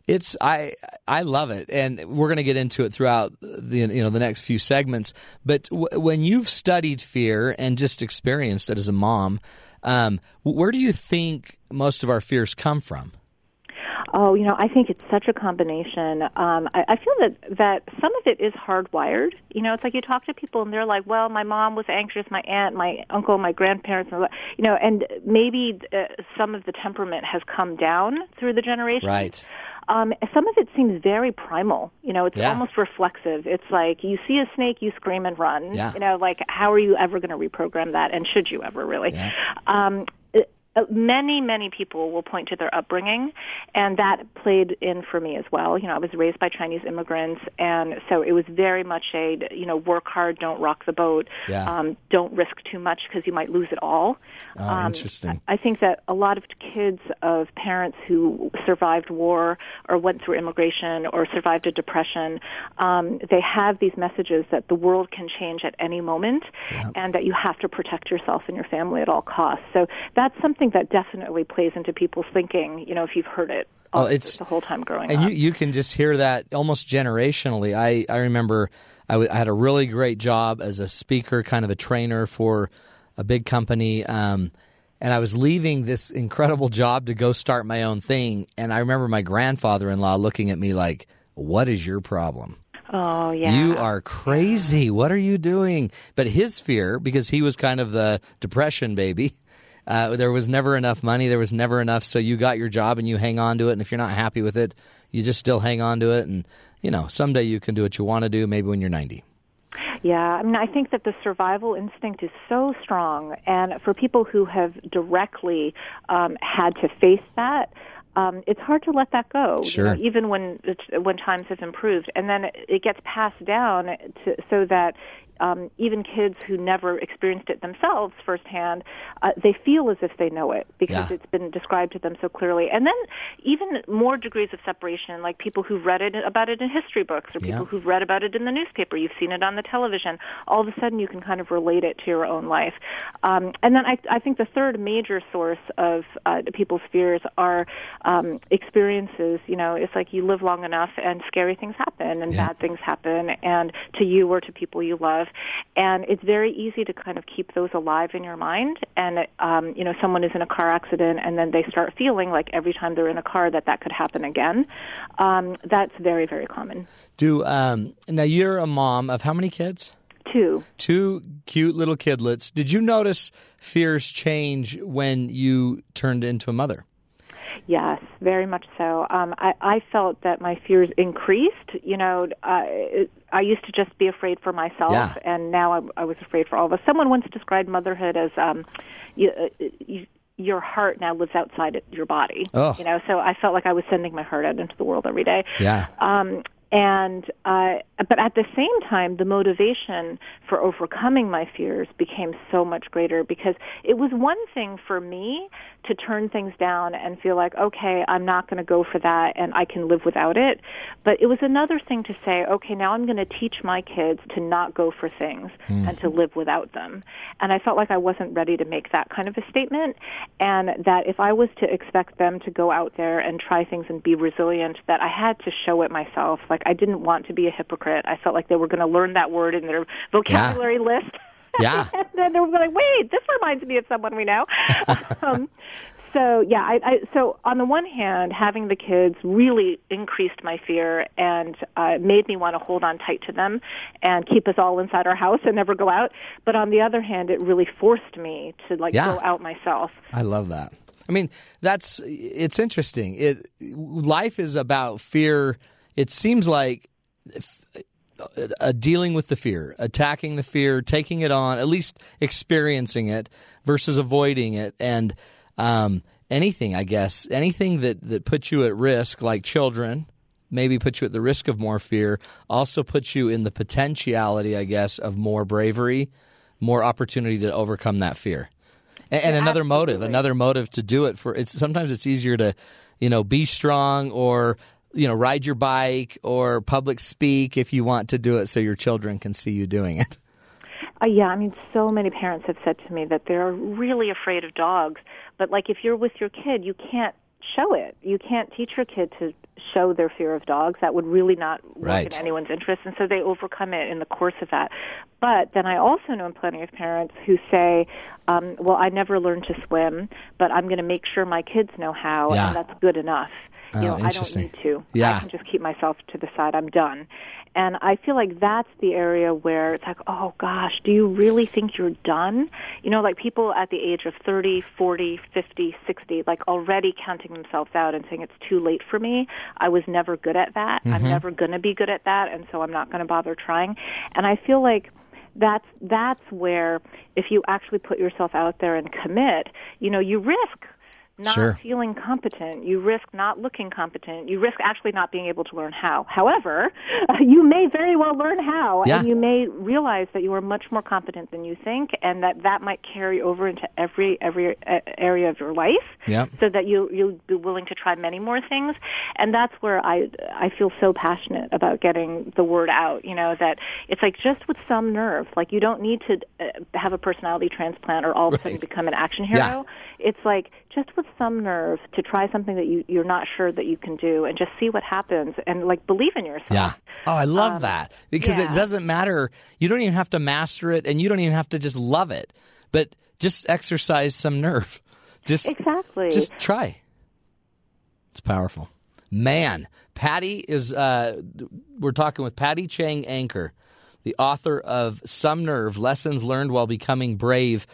It's I I love it, and we're going to get into it throughout the you know the next few segments. But w- when you've studied fear and just experienced it as a mom, um, where do you think most of our fears come from? Oh, you know, I think it's such a combination. Um, I, I feel that that some of it is hardwired. You know, it's like you talk to people and they're like, "Well, my mom was anxious, my aunt, my uncle, my grandparents," and you know, and maybe uh, some of the temperament has come down through the generations. Right. Um, some of it seems very primal. You know, it's Yeah. almost reflexive. It's like you see a snake, you scream and run. Yeah. You know, like how are you ever going to reprogram that? And should you ever really? Um, it- uh, many, many people will point to their upbringing, and that played in for me as well. You know, I was raised by Chinese immigrants, and so it was very much a you know work hard, don't rock the boat, Yeah. um, don't risk too much because you might lose it all. Oh, Um, interesting. I think that a lot of kids of parents who survived war or went through immigration or survived a depression, um, they have these messages that the world can change at any moment and that you have to protect yourself and your family at all costs. So that's something that definitely plays into people's thinking, you know, if you've heard it Oh, all, it's- the whole time growing And up. you, you can just hear that almost generationally. I, I remember I, w- I had a really great job as a speaker, kind of a trainer for a big company. Um, and I was leaving this incredible job to go start my own thing. And I remember my grandfather in law looking at me like, What is your problem? oh, yeah. You are crazy. What are you doing? But his fear, because he was kind of the depression baby, uh, there was never enough money. There was never enough. So you got your job and you hang on to it. And if you're not happy with it, you just still hang on to it. And, you know, someday you can do what you want to do, maybe when you're 90. Yeah, I mean, I think that the survival instinct is so strong, and for people who have directly um, had to face that, um, it's hard to let that go. you Sure. know, even when it's, when times have improved, and then it gets passed down to, so that. Um, even kids who never experienced it themselves firsthand, uh, they feel as if they know it because Yeah. it's been described to them so clearly. And then even more degrees of separation, like people who've read it about it in history books or people Yeah. who who've read about it in the newspaper, you've seen it on the television. All of a sudden, you can kind of relate it to your own life. Um, and then I, I think the third major source of uh, people's fears are um, experiences. You know, it's like you live long enough, and scary things happen, and Yeah. bad things happen, and to you or to people you love. And it's very easy to kind of keep those alive in your mind. And um, you know, someone is in a car accident, and then they start feeling like every time they're in a car that that could happen again. Um, that's very, very common. Do, um, now you're a mom of how many kids? Two. Two cute little kidlets. Did you notice fears change when you turned into a mother? Yes, very much so. Um, I, I felt that my fears increased. You know, uh, it- I used to just be afraid for myself, Yeah. and now I, I was afraid for all of us. Someone once described motherhood as um, you, uh, you, your heart now lives outside it- your body. Oh. You know, so I felt like I was sending my heart out into the world every day. Yeah. Um, and uh, but at the same time, the motivation for overcoming my fears became so much greater because it was one thing for me to turn things down and feel like, okay, I'm not going to go for that, and I can live without it. But it was another thing to say, okay, now I'm going to teach my kids to not go for things and to live without them. And I felt like I wasn't ready to make that kind of a statement, and that if I was to expect them to go out there and try things and be resilient, that I had to show it myself. Like I didn't want to be a hypocrite. I felt like they were going to learn that word in their vocabulary list. Yeah. and then they were like, "Wait, this reminds me of someone we know." um, so yeah, I, I so on the one hand, having the kids really increased my fear and uh, made me want to hold on tight to them and keep us all inside our house and never go out. But on the other hand, it really forced me to like Yeah. go out myself. I love that. I mean, that's it's interesting. It life is about fear. It seems like uh, dealing with the fear, attacking the fear, taking it on, at least experiencing it versus avoiding it, and um, anything I guess anything that that puts you at risk, like children, maybe puts you at the risk of more fear, also puts you in the potentiality, I guess, of more bravery, more opportunity to overcome that fear. And, and another motive, another motive to do it for it's sometimes it's easier to you know, be strong or you know, ride your bike or public speak if you want to do it so your children can see you doing it. Uh, yeah, I mean, so many parents have said to me that they're really afraid of dogs. But like, if you're with your kid, you can't show it. You can't teach your kid to show their fear of dogs. That would really not work Right. in anyone's interest. And so they overcome it in the course of that. But then I also know plenty of parents who say, um, well, I never learned to swim, but I'm going to make sure my kids know how, Yeah. and that's good enough. Oh, you know, I don't interesting. need to. Yeah. I can just keep myself to the side. I'm done. And I feel like that's the area where it's like, oh gosh, do you really think you're done? You know, like people at the age of 30, 40, 50, 60, like already counting themselves out and saying it's too late for me. I was never good at that. I'm never going to be good at that. And so I'm not going to bother trying. And I feel like that's that's where if you actually put yourself out there and commit, you know, you risk not Sure. feeling competent. You risk not looking competent. You risk actually not being able to learn how. However, you may very well learn how, Yeah. and you may realize that you are much more competent than you think, and that that might carry over into every every uh, area of your life. Yep. So that you you'll be willing to try many more things, and that's where I I feel so passionate about getting the word out. You know that it's like just with some nerve, like you don't need to uh, have a personality transplant or all of a sudden Right. become an action Yeah. hero it's like just with some nerve to try something that you you're not sure that you can do and just see what happens and like believe in yourself Yeah. Oh, I love that because it Um, yeah. doesn't matter. You don't even have to master it and you don't even have to just love it, but just exercise some nerve. Just exactly Just try. It's powerful. Man, Patty is, uh, we're talking with Patty Chang Anchor, the author of Some Nerve Lessons Learned While Becoming Brave.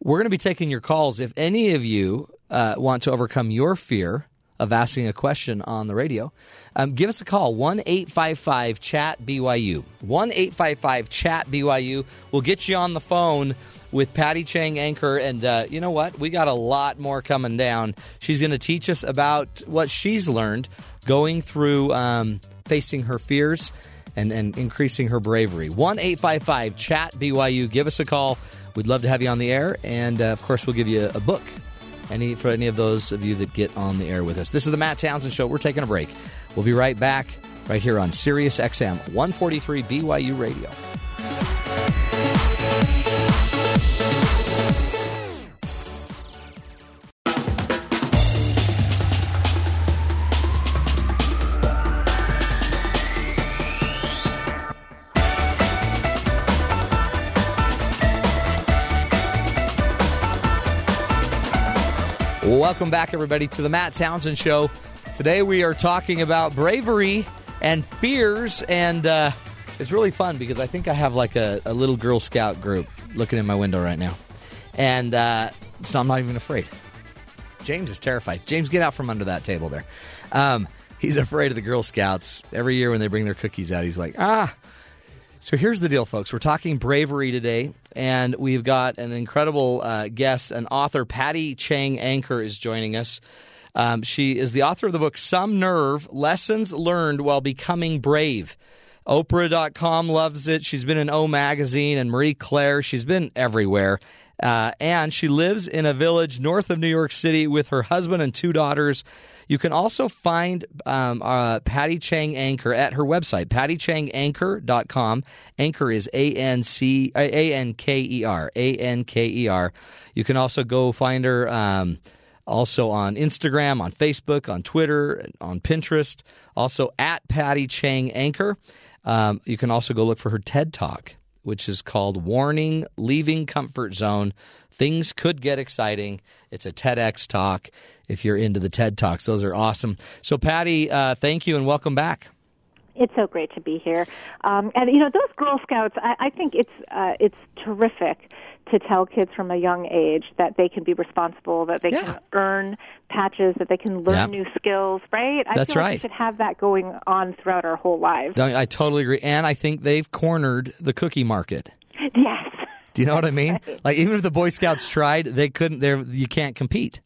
We're going to be taking your calls. If any of you uh, want to overcome your fear of asking a question on the radio, um, give us a call 1 855 Chat BYU. 1 855 Chat BYU. We'll get you on the phone with Patty Chang Anchor. And uh, you know what? We got a lot more coming down. She's going to teach us about what she's learned going through um, facing her fears and, and increasing her bravery. 1 855 Chat BYU. Give us a call. We'd love to have you on the air. And uh, of course, we'll give you a, a book. Any for any of those of you that get on the air with us. This is the Matt Townsend Show. We're taking a break. We'll be right back, right here on Sirius XM 143 BYU Radio. Welcome back, everybody, to the Matt Townsend Show. Today we are talking about bravery and fears, and uh, it's really fun because I think I have like a, a little Girl Scout group looking in my window right now, and uh, so I'm not even afraid. James is terrified. James, get out from under that table there. Um, he's afraid of the Girl Scouts. Every year when they bring their cookies out, he's like, ah. So here's the deal, folks. We're talking bravery today, and we've got an incredible uh, guest, an author, Patty Chang Anchor, is joining us. Um, she is the author of the book Some Nerve Lessons Learned While Becoming Brave. Oprah.com loves it. She's been in O Magazine and Marie Claire. She's been everywhere. Uh, and she lives in a village north of New York City with her husband and two daughters. You can also find um, uh, Patty Chang Anchor at her website, pattychanganchor.com. Anchor is A-N-C, uh, A-N-K-E-R, A-N-K-E-R. E You can also go find her um, also on Instagram, on Facebook, on Twitter, on Pinterest, also at Patty Chang Anchor. Um, you can also go look for her TED Talk, which is called Warning Leaving Comfort Zone. Things could get exciting. It's a TEDx talk if you're into the TED Talks. Those are awesome. So, Patty, uh, thank you and welcome back. It's so great to be here. Um, and you know, those Girl Scouts, I, I think it's uh, it's terrific to tell kids from a young age that they can be responsible, that they Yeah. can earn patches, that they can learn Yep. new skills. Right? I That's feel Like right. we should have that going on throughout our whole lives. No, I totally agree. And I think they've cornered the cookie market. Yes. Do you know what I mean? Like, even if the Boy Scouts tried, they couldn't. They're, you can't compete.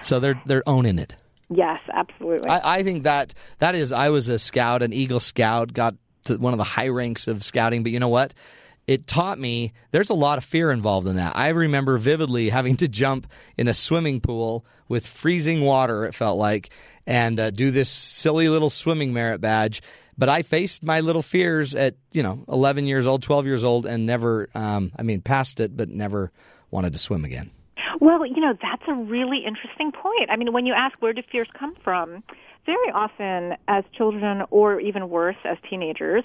So they're they're owning it. Yes, absolutely. I, I think that that is. I was a scout, an Eagle Scout, got to one of the high ranks of scouting. But you know what? it taught me there's a lot of fear involved in that. I remember vividly having to jump in a swimming pool with freezing water, it felt like, and uh, do this silly little swimming merit badge. But I faced my little fears at, you know, 11 years old, 12 years old, and never, um, I mean, passed it, but never wanted to swim again. Well, you know, that's a really interesting point. I mean, when you ask where do fears come from, very often as children or even worse as teenagers,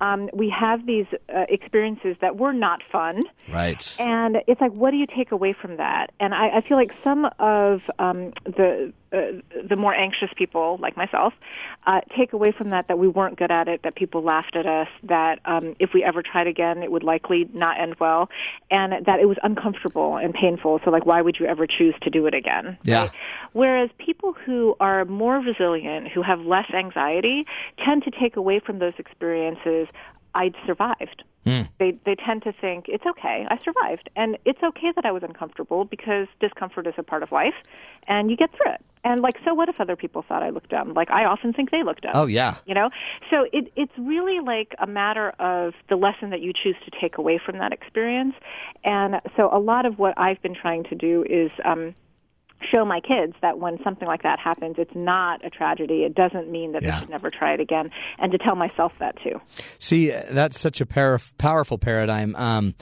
um, we have these uh, experiences that were not fun. Right. And it's like, what do you take away from that? And I, I feel like some of um, the uh, the more anxious people, like myself, uh, take away from that that we weren't good at it, that people laughed at us, that um, if we ever tried again, it would likely not end well, and that it was uncomfortable and painful. So, like, why would you ever choose to do it again? Yeah. Right? Whereas people who are more resilient, who have less anxiety, tend to take away from those experiences, I survived they they tend to think it's okay i survived and it's okay that i was uncomfortable because discomfort is a part of life and you get through it and like so what if other people thought i looked dumb like i often think they look dumb Oh, yeah. you know so it it's really like a matter of the lesson that you choose to take away from that experience and so a lot of what i've been trying to do is um show my kids that when something like that happens it's not a tragedy it doesn't mean that Yeah. they should never try it again and to tell myself that too See, that's such a para- powerful paradigm. Um,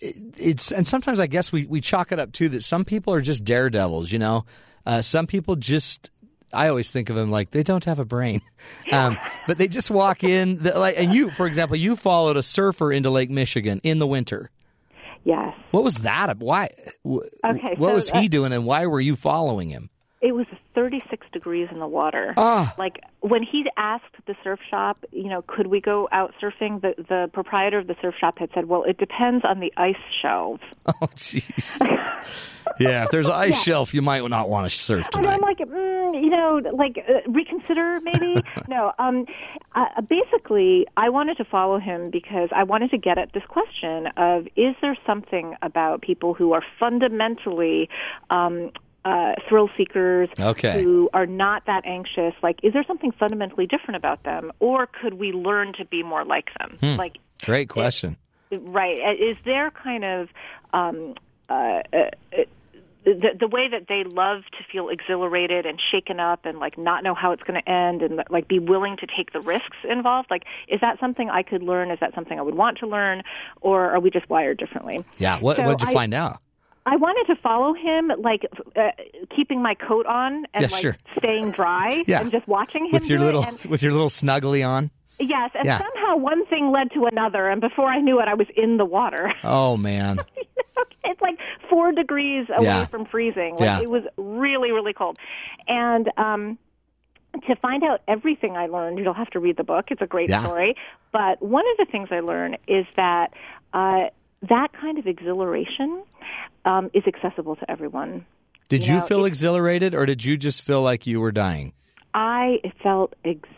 it- it's and sometimes I guess we we chalk it up too that some people are just daredevils. You know, uh, some people just. I always think of them like they don't have a brain, um, but they just walk in. The, like, and you, for example, you followed a surfer into Lake Michigan in the winter. yes What was that? ab- Why? w- Okay, what so uh, was he doing, and why were you following him? It was 36 degrees in the water. Ah. Like when he asked the surf shop, you know, could we go out surfing? The the proprietor of the surf shop had said, "Well, it depends on the ice shelf." Oh, jeez. yeah, if there's an ice shelf, you might not want to surf And tonight. I'm like, mm, you know, like uh, reconsider maybe. no, um, uh, basically, I wanted to follow him because I wanted to get at this question of is there something about people who are fundamentally um, uh, thrill seekers Okay. who are not that anxious? Like, is there something fundamentally different about them, or could we learn to be more like them? Hmm. Like, Great question. Right. Uh, Is there kind of um, uh, uh, uh, the, the way that they love to feel exhilarated and shaken up and like not know how it's going to end and like be willing to take the risks involved? Like, is that something I could learn? Is that something I would want to learn? Or are we just wired differently? Yeah. What So What did you I- find out? I wanted to follow him, like f- uh, keeping my coat on and Yeah, like sure. staying dry Yeah. and just watching him with your do it. little And- with your little snuggly on. yes, and Yeah. somehow one thing led to another, and before I knew it, I was in the water. Oh man, it's like four degrees away Yeah. from freezing. Like Yeah. it was really, really cold. And um to find out everything I learned, you'll have to read the book. It's a great Yeah. story. But one of the things I learned is that uh that kind of exhilaration um, is accessible to everyone. did you, You know, feel exhilarated or did you just feel like you were dying? I felt exhilarated.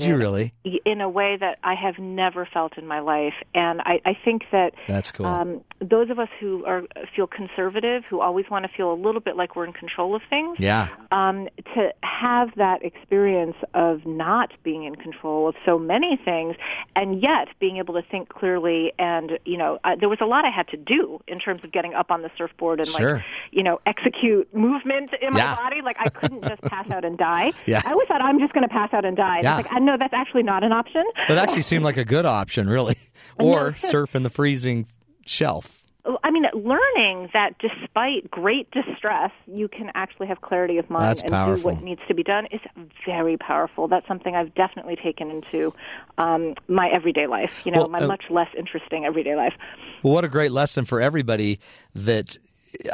Did you really? in a way that I have never felt in my life. And I, I think that That's cool. um, those of us who are feel conservative, who always want to feel a little bit like we're in control of things, yeah. um, to have that experience of not being in control of so many things, and yet being able to think clearly. And you know, uh, there was a lot I had to do in terms of getting up on the surfboard and Sure. like, you know, execute movement in Yeah. my body. Like I couldn't just pass out and die. Yeah. I always thought I'm just going to pass out and die. And Yeah. It's like I know that's actually not an option. That actually seemed like a good option, really. Or surf in the freezing shelf. I mean, learning that despite great distress, you can actually have clarity of mind That's and powerful. do what needs to be done is very powerful. That's something I've definitely taken into um, my everyday life. You know, Well, my uh, much less interesting everyday life. Well, what a great lesson for everybody that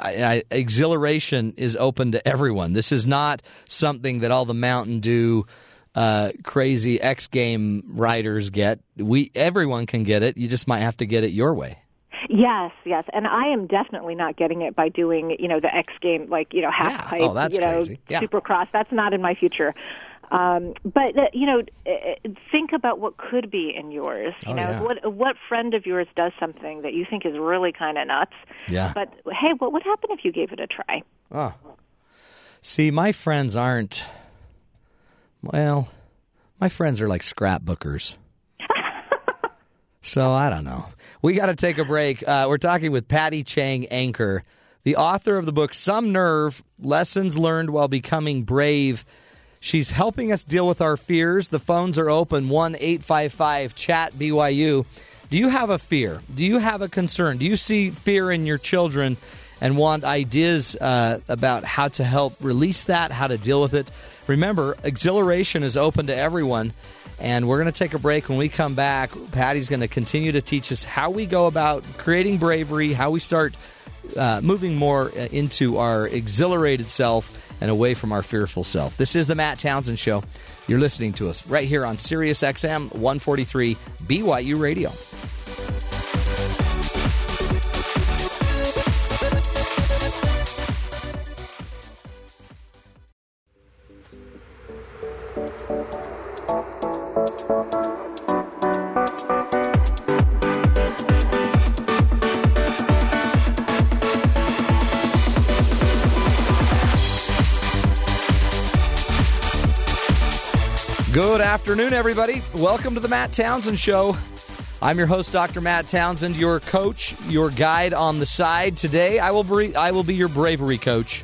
I, I, exhilaration is open to everyone. This is not something that all the Mountain Dew uh, crazy X game riders get. We everyone can get it. You just might have to get it your way. Yes, yes, and I am definitely not getting it by doing you know the X game like you know half Yeah. pipe, Oh, that's you know, crazy. Yeah. supercross. That's not in my future. Um, but uh, you know, uh, think about what could be in yours. You Oh, know, yeah. what what friend of yours does something that you think is really kind of nuts. Yeah. But hey, what would happen if you gave it a try? See, my friends aren't. Well, my friends are like scrapbookers. So I don't know. We got to take a break. Uh, we're talking with Patty Chang Anchor, the author of the book Some Nerve Lessons Learned While Becoming Brave. She's helping us deal with our fears. The phones are open 1 855 Chat BYU. Do you have a fear? Do you have a concern? Do you see fear in your children and want ideas uh, about how to help release that, how to deal with it? Remember, exhilaration is open to everyone. And we're going to take a break. When we come back, Patty's going to continue to teach us how we go about creating bravery, how we start uh, moving more uh, into our exhilarated self and away from our fearful self. This is the Matt Townsend Show. You're listening to us right here on Sirius XM 143 BYU Radio. Good afternoon, everybody. Welcome to the Matt Townsend Show. I'm your host, Dr. Matt Townsend, your coach, your guide on the side. Today, I will be, I will be your bravery coach.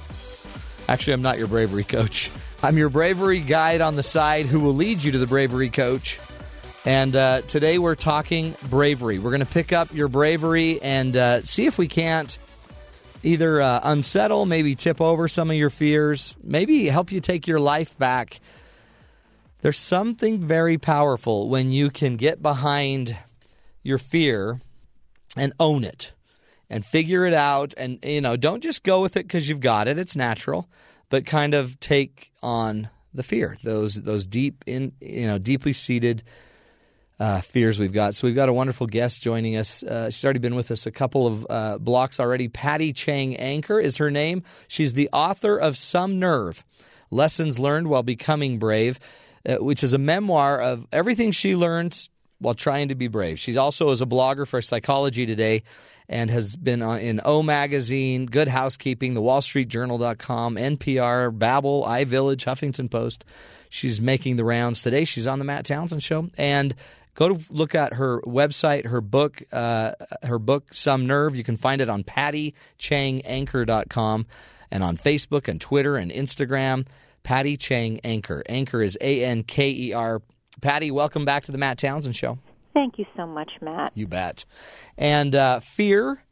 Actually, I'm not your bravery coach. I'm your bravery guide on the side who will lead you to the bravery coach. And uh, today, we're talking bravery. We're going to pick up your bravery and uh, see if we can't either uh, unsettle, maybe tip over some of your fears, maybe help you take your life back there's something very powerful when you can get behind your fear and own it and figure it out and you know don't just go with it because you've got it it's natural but kind of take on the fear those those deep in you know deeply seated uh, fears we've got so we've got a wonderful guest joining us uh, she's already been with us a couple of uh, blocks already patty chang anchor is her name she's the author of some nerve lessons learned while becoming brave uh, which is a memoir of everything she learned while trying to be brave. She also is a blogger for Psychology Today and has been on, in O Magazine, Good Housekeeping, The Wall Street Journal.com, NPR, Babel, iVillage, Huffington Post. She's making the rounds today. She's on the Matt Townsend Show. And go to look at her website, her book, uh, her book, Some Nerve. You can find it on pattychanganchor.com and on Facebook and Twitter and Instagram. Patty Chang Anchor. Anchor is A N K E R. Patty, welcome back to the Matt Townsend Show. Thank you so much, Matt. You bet. And uh, fear,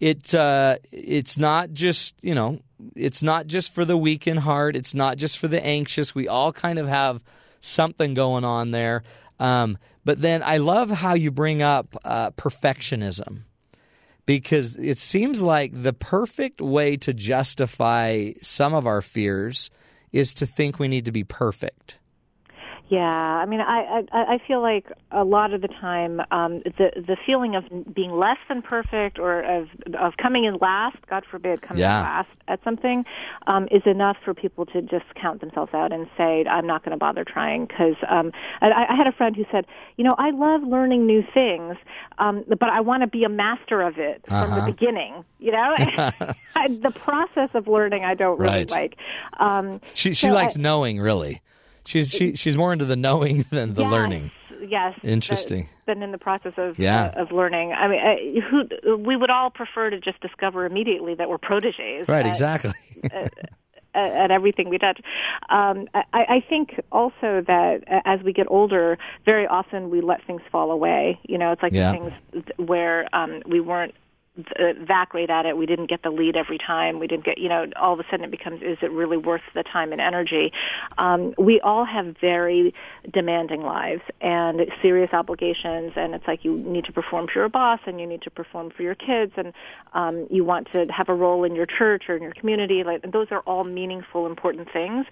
it uh, it's not just you know it's not just for the weak in heart. It's not just for the anxious. We all kind of have something going on there. Um, but then I love how you bring up uh, perfectionism because it seems like the perfect way to justify some of our fears is to think we need to be perfect. Yeah, I mean, I I, I feel like a lot of the time um, the the feeling of being less than perfect or of of coming in last, God forbid, coming Yeah. in last at something, um, is enough for people to just count themselves out and say, I'm not going to bother trying because um, I, I had a friend who said, you know, I love learning new things, um, but I want to be a master of it from Uh-huh. the beginning. You know, I, the process of learning I don't really Right. like. Um, She she So I- likes knowing really. She's she, she's more into the knowing than the Yes, learning. Yes. the- Interesting. Than in the process of Yeah. uh, of learning. I mean, I, who, we would all prefer to just discover immediately that we're proteges. Right, at- exactly. at, at everything we touch. Um, I, I think also that a- as we get older, very often we let things fall away. You know, it's like Yeah. the things th- where um, we weren't th- uh, that great at it. We didn't get the lead every time. We didn't get, you know, all of a sudden it becomes, is it really worth the time and energy? Um, we all have very demanding lives and serious obligations. And it's like you need to perform for your boss and you need to perform for your kids and um, you want to have a role in your church or in your community. Like those are all meaningful, important things.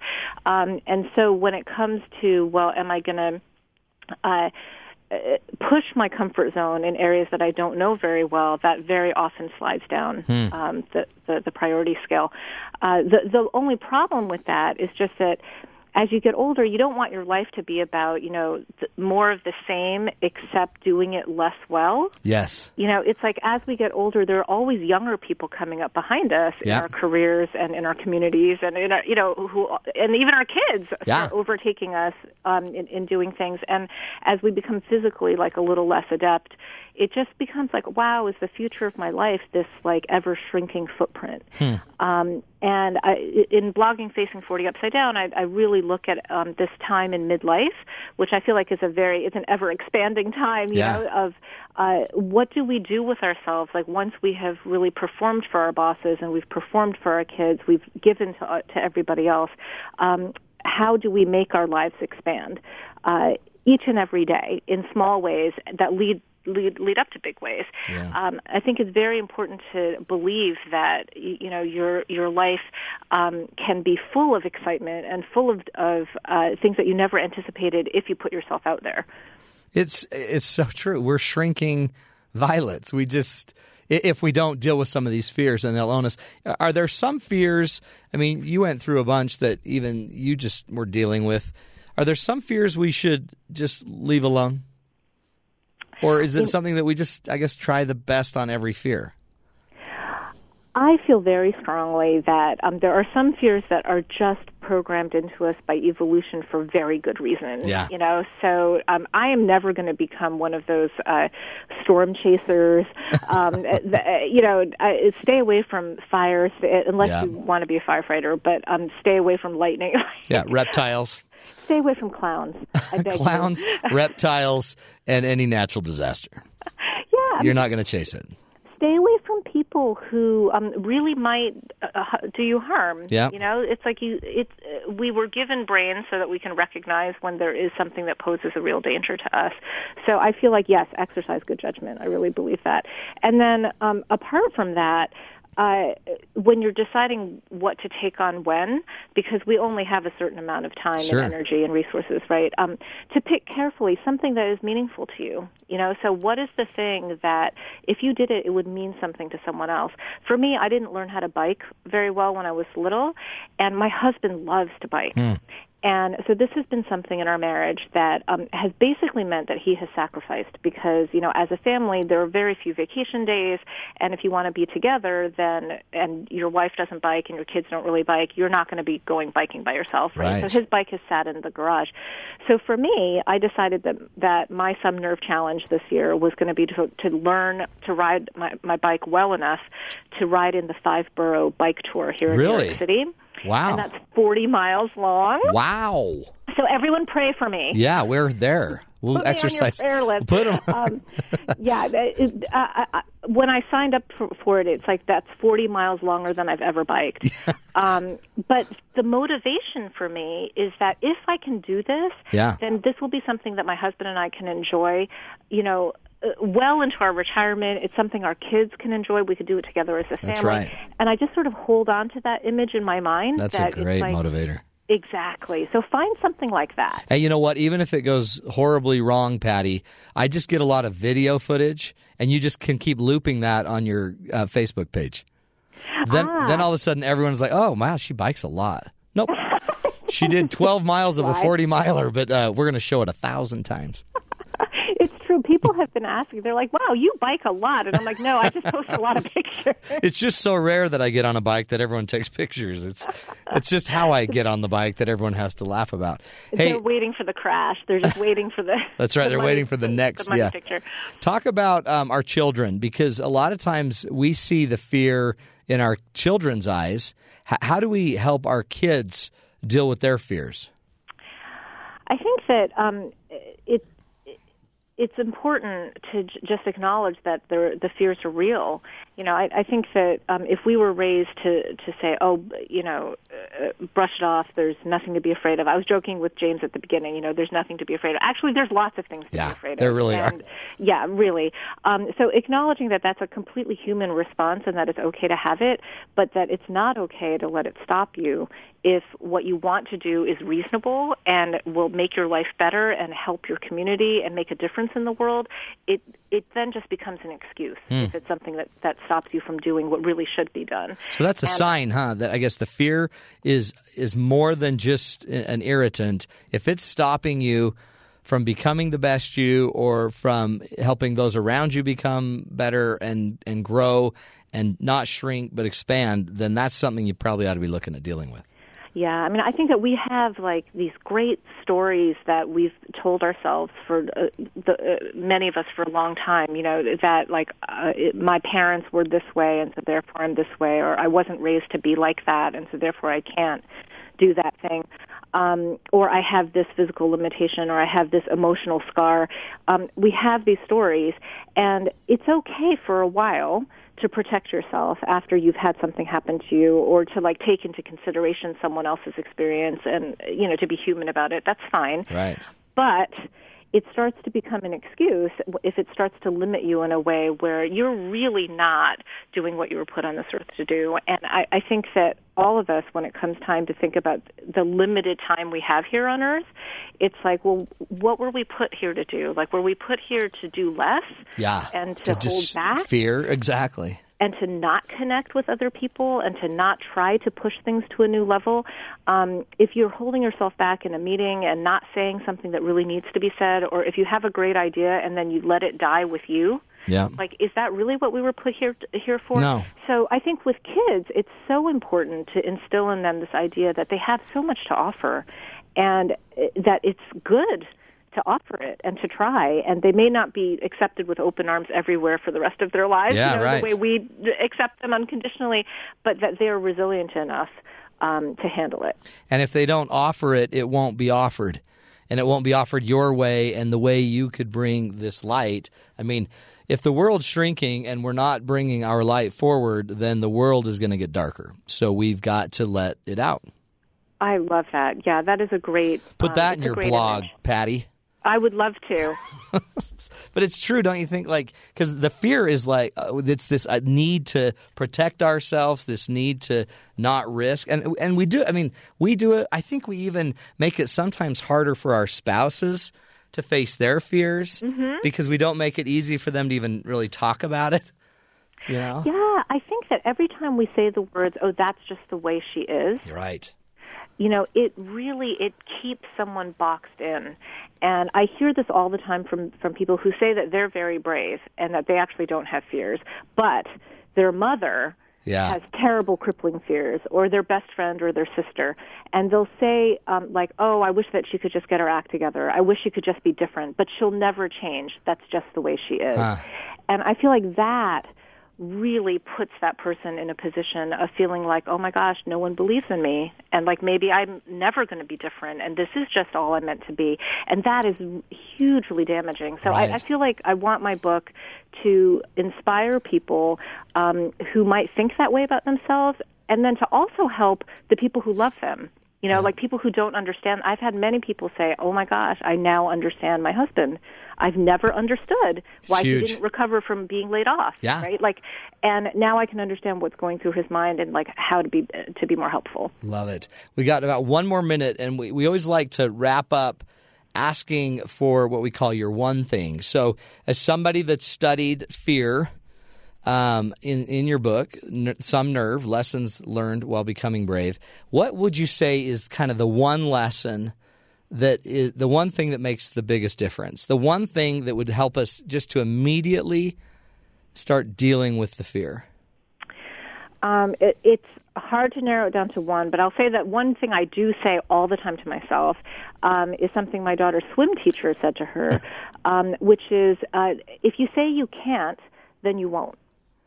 Um, and so when it comes to, well, am I going to, uh, push my comfort zone in areas that I don't know very well, that very often slides down um, the, the, the priority scale. Uh, the, the only problem with that is just that as you get older, you don't want your life to be about, you know, th- more of the same except doing it less well. Yes. You know, it's like as we get older, there are always younger people coming up behind us Yeah. in our careers and in our communities and in our, you know, who, and even our kids Yeah. are overtaking us um, in, in doing things. And as we become physically like a little less adept, it just becomes like, wow, is the future of my life this like ever shrinking footprint? Hmm. Um, and I, in blogging Facing 40 Upside Down, I, I really look at um, this time in midlife, which I feel like is a very, it's an ever expanding time, you Yeah. know, of uh, what do we do with ourselves? Like once we have really performed for our bosses and we've performed for our kids, we've given to, uh, to everybody else. Um, how do we make our lives expand uh, each and every day in small ways that lead lead lead up to big ways? Um, I think it's very important to believe that y- you know your your life um, can be full of excitement and full of of uh, things that you never anticipated if you put yourself out there. It's it's so true. We're shrinking violets. We just i- if we don't deal with some of these fears, and they'll own us. Are there some fears? I mean, you went through a bunch that even you just were dealing with. Are there some fears we should just leave alone, or is it something that we just, I guess, try the best on every fear? I feel very strongly that um, there are some fears that are just programmed into us by evolution for very good reason. Yeah. You know, so um, I am never going to become one of those uh, storm chasers. Um, the, you know, uh, stay away from fires uh, unless Yeah. you want to be a firefighter, but um, stay away from lightning. Yeah, reptiles, stay away from clowns. I beg you. clowns, reptiles, and any natural disaster. Yeah. You're not going to chase it. stay away from people who um, really might uh, uh, do you harm. Yeah. You know, it's like you. It's uh, we were given brains so that we can recognize when there is something that poses a real danger to us. So I feel like yes, exercise good judgment. I really believe that. And then um, apart from that. Uh, when you're deciding what to take on when, because we only have a certain amount of time Sure. and energy energy and resources, right? Um, to pick carefully something that is meaningful to you. You know, so what is the thing that if you did it, it would mean something to someone else? For me, I didn't learn how to bike very well when I was little, and my husband loves to bike. And so this has been something in our marriage that um, has basically meant that he has sacrificed because, you know, as a family, there are very few vacation days. And if you want to be together, then, and your wife doesn't bike and your kids don't really bike, you're not going to be going biking by yourself, right? Right. So his bike has sat in the garage. So for me, I decided that, that my Some Nerve Challenge this year was going to be to, to learn to ride my, my bike well enough to ride in the five borough bike tour here in New Really? York City. Wow. And that's 40 miles long. Wow. So everyone pray for me. Yeah, we're there. We'll Put me on your exercise. prayer list. Put 'em- Um, yeah, it- it- I- I- I- when I signed up for, for it, it's like that's 40 miles longer than I've ever biked. um, but the motivation for me is that if I can do this, Yeah. then this will be something that my husband and I can enjoy, you know, uh, well into our retirement. It's something our kids can enjoy. We could do it together as a family. That's right. And I just sort of hold on to that image in my mind. That's that a it's great like- motivator. Exactly. So find something like that. Hey, you know what? Even if it goes horribly wrong, Patty, I just get a lot of video footage, and you just can keep looping that on your uh, Facebook page. Then, Ah. then all of a sudden, everyone's like, "Oh, wow, she bikes a lot." Nope, she did twelve miles of a forty miler, but uh, we're going to show it a thousand times. It's true. People have been asking. They're like, "Wow, you bike a lot," and I'm like, "No, I just post a lot of pictures." It's just so rare that I get on a bike that everyone takes pictures. It's, it's just how I get on the bike that everyone has to laugh about. Hey, They're waiting for the crash. They're just waiting for the. That's right. the They're money- waiting for the next. money yeah. picture. Talk about um, our children because a lot of times we see the fear in our children's eyes. H- how do we help our kids deal with their fears? I think that um, it, it's important to j- just acknowledge that the the fears are real. You know, I, I think that um, if we were raised to to say, "Oh, you know, uh, brush it off. There's nothing to be afraid of." I was joking with James at the beginning. You know, there's nothing to be afraid of. Actually, there's lots of things to Yeah, be afraid of. there really are. And- Yeah, really. Um, so acknowledging that that's a completely human response and that it's okay to have it, but that it's not okay to let it stop you if what you want to do is reasonable and will make your life better and help your community and make a difference in the world, it it then just becomes an excuse if it's something that that stops you from doing what really should be done. So that's a sign, huh? That I guess the fear is is more than just a- an irritant. If it's stopping you from becoming the best you or from helping those around you become better and and grow and not shrink but expand, then that's something you probably ought to be looking at dealing with. Yeah, I mean, I think that we have like these great stories that we've told ourselves for uh, the, uh, many of us for a long time. You know that like uh, it, my parents were this way, and so therefore I'm this way, or I wasn't raised to be like that, and so therefore I can't do that thing. Um, or I have this physical limitation, or I have this emotional scar. Um, we have these stories, and it's okay for a while to protect yourself after you've had something happen to you or to like take into consideration someone else's experience and you know to be human about it that's fine Right. but it starts to become an excuse if it starts to limit you in a way where you're really not doing what you were put on this earth to do. And I, I think that all of us, when it comes time to think about the limited time we have here on earth, it's like, well, what were we put here to do? Like, were we put here to do less? Yeah. And to, just hold back? fear exactly. and to not connect with other people and to not try to push things to a new level. Um, if you're holding yourself back in a meeting and not saying something that really needs to be said, or if you have a great idea and then you let it die with you, Yeah. like is that really what we were put here here for? No. So I think with kids, it's so important to instill in them this idea that they have so much to offer, and uh, that it's good to offer it and to try. And they may not be accepted with open arms everywhere for the rest of their lives, Yeah, you know, right. the way we d- accept them unconditionally, but that they are resilient enough um, to handle it. And if they don't offer it, it won't be offered. And it won't be offered your way and the way you could bring this light. I mean, if the world's shrinking and we're not bringing our light forward, then the world is going to get darker. So we've got to let it out. I love that. Yeah, that is a great. Put um, that it's in a your great blog, image. Patty. I would love to. But it's true, don't you think? Like, because the fear is like uh, it's this uh, need to protect ourselves, this need to not risk, and and we do. I mean, we do it. I think we even make it sometimes harder for our spouses to face their fears because we don't make it easy for them to even really talk about it. You know, Yeah, I think that every time we say the words, "Oh, that's just the way she is," you're right. you know, it really it keeps someone boxed in. And I hear this all the time from from people who say that they're very brave and that they actually don't have fears, but their mother Yeah. has terrible crippling fears or their best friend or their sister and they'll say um, like oh i wish that she could just get her act together i wish she could just be different but she'll never change that's just the way she is and i feel like that really puts that person in a position of feeling like oh my gosh no one believes in me and like maybe i'm never going to be different and this is just all i'm meant to be and that is hugely damaging so Right. I, I feel like I want my book to inspire people um, who might think that way about themselves, and then to also help the people who love them. You know, like people who don't understand. I've had many people say, "Oh my gosh, I now understand my husband. I've never understood why huge. he didn't recover from being laid off." Yeah. Right. Like, and now I can understand what's going through his mind and like how to be to be more helpful. Love it. We got about one more minute, and we, we always like to wrap up asking for what we call your one thing. So, as somebody that's studied fear um, in, in your book, N- Some Nerve Lessons Learned While Becoming Brave, what would you say is kind of the one lesson? that is the one thing that makes the biggest difference. The one thing that would help us just to immediately start dealing with the fear. Um, it, it's hard to narrow it down to one, but I'll say that one thing I do say all the time to myself um, is something my daughter's swim teacher said to her, um, which is uh, if you say you can't, then you won't.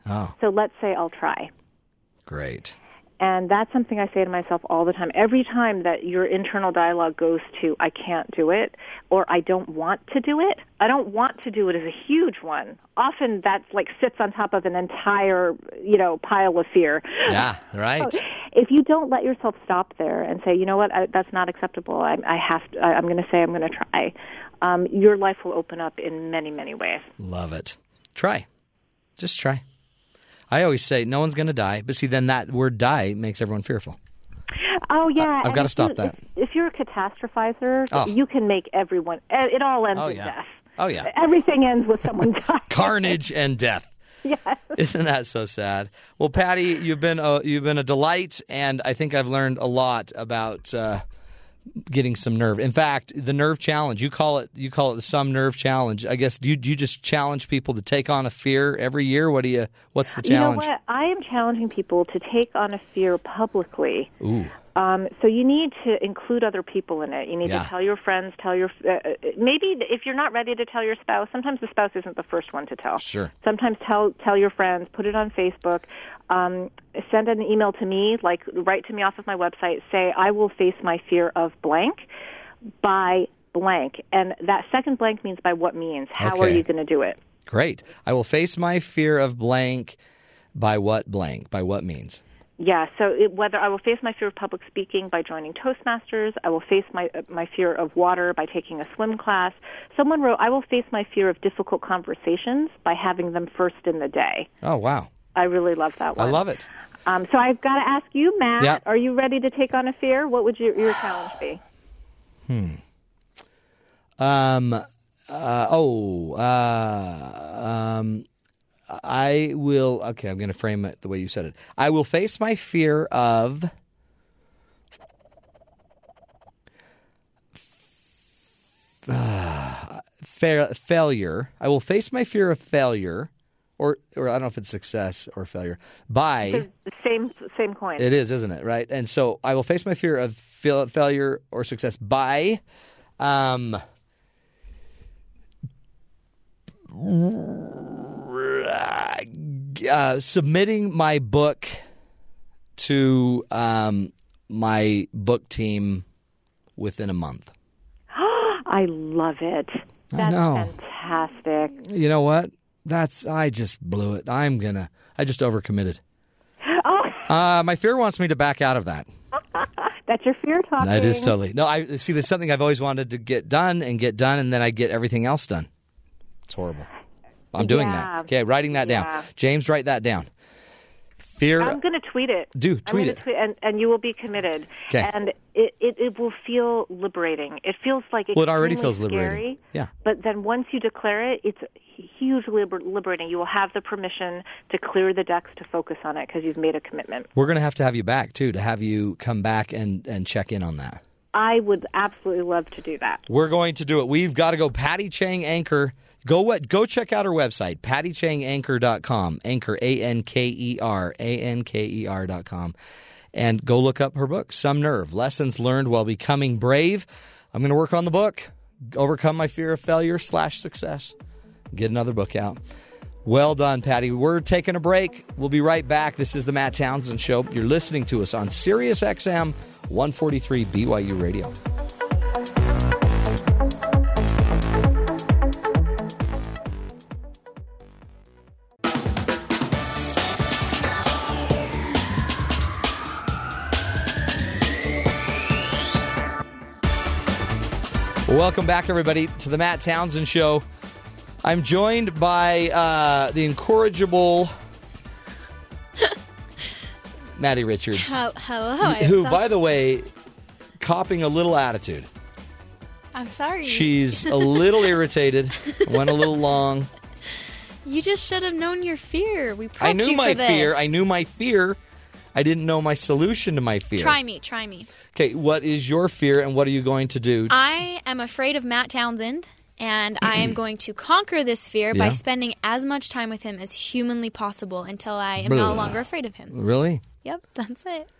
Oh, So let's say I'll try. great. And that's something I say to myself all the time. Every time that your internal dialogue goes to, I can't do it, or I don't want to do it, I don't want to do it is a huge one. Often that like sits on top of an entire, you know, pile of fear. Yeah, right. if you don't let yourself stop there and say, you know what, I, that's not acceptable. I, I have to. I, I'm going to say I'm going to try. Um, your life will open up in many, many ways. Love it. Try. Just try. I always say no one's going to die, but see, then that word die makes everyone fearful. Oh yeah, I've and gotta if stop you- that. If, if you're a catastrophizer, Oh. you can make everyone. eh, It all ends Oh, with yeah. death. Oh, yeah. Everything ends with someone dying. Carnage and death. Yes. Isn't that so sad? Well, Patty, you've been a, you've been a delight, and I think I've learned a lot about uh, getting some nerve. In fact, the nerve challenge you call it you call it the some nerve challenge. I guess do you do you just challenge people to take on a fear every year? What do you? What's the challenge? You know what? I am challenging people to take on a fear publicly. Ooh. Um, so you need to include other people in it. You need Yeah. to tell your friends, tell your uh, maybe if you're not ready to tell your spouse. Sometimes the spouse isn't the first one to tell. Sure. Sometimes tell tell your friends. Put it on Facebook. Um, send an email to me. Like write to me off of my website. Say I will face my fear of blank by blank, and that second blank means by what means. How are Okay. you going to do it? Great. I will face my fear of blank by what blank? By what means? Yeah, so it, whether I will face my fear of public speaking by joining Toastmasters, I will face my uh, my fear of water by taking a swim class. Someone wrote, I will face my fear of difficult conversations by having them first in the day. Oh, wow. I really love that I one. love it. Um, so I've got to ask you, Matt, Yeah. are you ready to take on a fear? What would your, your challenge be? Um, uh, oh, uh, um, I will. Okay, I'm going to frame it the way you said it. I will face my fear of. Ah, fail failure. I will face my fear of failure, or or I don't know if it's success or failure. By Same same coin. it is, isn't it? Right. And so I will face my fear of fail- failure or success by, um, uh, submitting my book to um, my book team within a month. I love it. That's know. fantastic. You know what? That's I just blew it. I'm gonna. I just overcommitted. Uh, my fear wants me to back out of that. That's your fear talking. That is totally no. I see. There's something I've always wanted to get done and get done, and then I get everything else done. It's horrible. I'm doing Yeah. that. Okay, writing that Yeah. down. James, write that down. Fear. I'm going to tweet it. Do, I'm tweet gonna it. and, and you will be committed. 'Kay. And it, it, it will feel liberating. It feels like Well, it already extremely feels liberating. scary, Yeah. But then once you declare it, it's hugely liber- liberating. You will have the permission to clear the decks to focus on it because you've made a commitment. We're gonna have to have you back too to have you come back and and check in on that. I would absolutely love to do that. We're going to do it. We've got to go. Patty Chang Anchor. Go what? Go check out her website, pattychanganchor.com. Anchor, A N K E R, A N K E R.com. And go look up her book, Some Nerve Lessons Learned While Becoming Brave. I'm going to work on the book, Overcome My Fear of Failure slash Success. Get another book out. Well done, Patty. We're taking a break. We'll be right back. This is the Matt Townsend Show. You're listening to us on Sirius XM 143 BYU Radio. Welcome back, everybody, to the Matt Townsend Show. I'm joined by uh, the incorrigible Maddie Richards, How, hello. I who, thought- by the way, copping a little attitude. I'm sorry. She's a little irritated, went a little long. You just should have known your fear. We prepped I knew you my for this. fear. I knew my fear. I didn't know my solution to my fear. Try me. Try me. Okay, what is your fear and what are you going to do? I am afraid of Matt Townsend, and I am going to conquer this fear Yeah. by spending as much time with him as humanly possible until I am no Blah. Mm. longer afraid of him. really? Yep, that's it.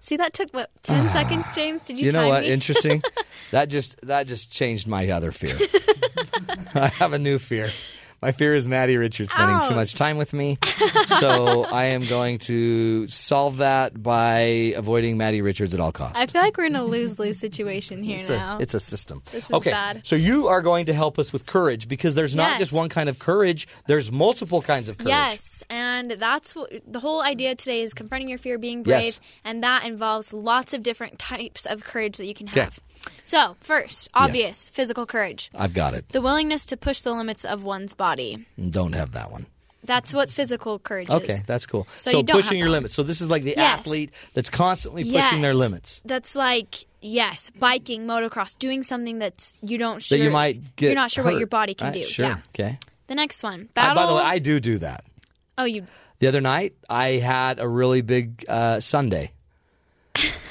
See, that took what ten seconds, James? Did you? You know time what? me? Interesting. that just that just changed my other fear. I have a new fear. My fear is Maddie Richards spending too much Ouch. time with me. So I am going to solve that by avoiding Maddie Richards at all costs. I feel like we're in a lose lose situation here it's, now. a, it's a system. This is okay. bad. So you are going to help us with courage because there's not Yes. just one kind of courage, there's multiple kinds of courage. Yes, and that's what the whole idea today is confronting your fear, being brave, Yes. and that involves lots of different types of courage that you can 'Kay. have. So, first, obvious physical courage. I've got it. The willingness to push the limits of one's body. Don't have that one. That's what physical courage Okay, is. that's cool. So so you don't have pushing your that one. limits. So this is like the Yes. athlete that's constantly pushing their Yes. limits. That's like yes, biking, motocross, doing something that's you don't sure that you might get. you're not sure what hurt, your body can right? do. Sure. Yeah. Okay. The next one. I- Battle by the way, I do do that. Oh, you The other night, I had a really big uh, Sunday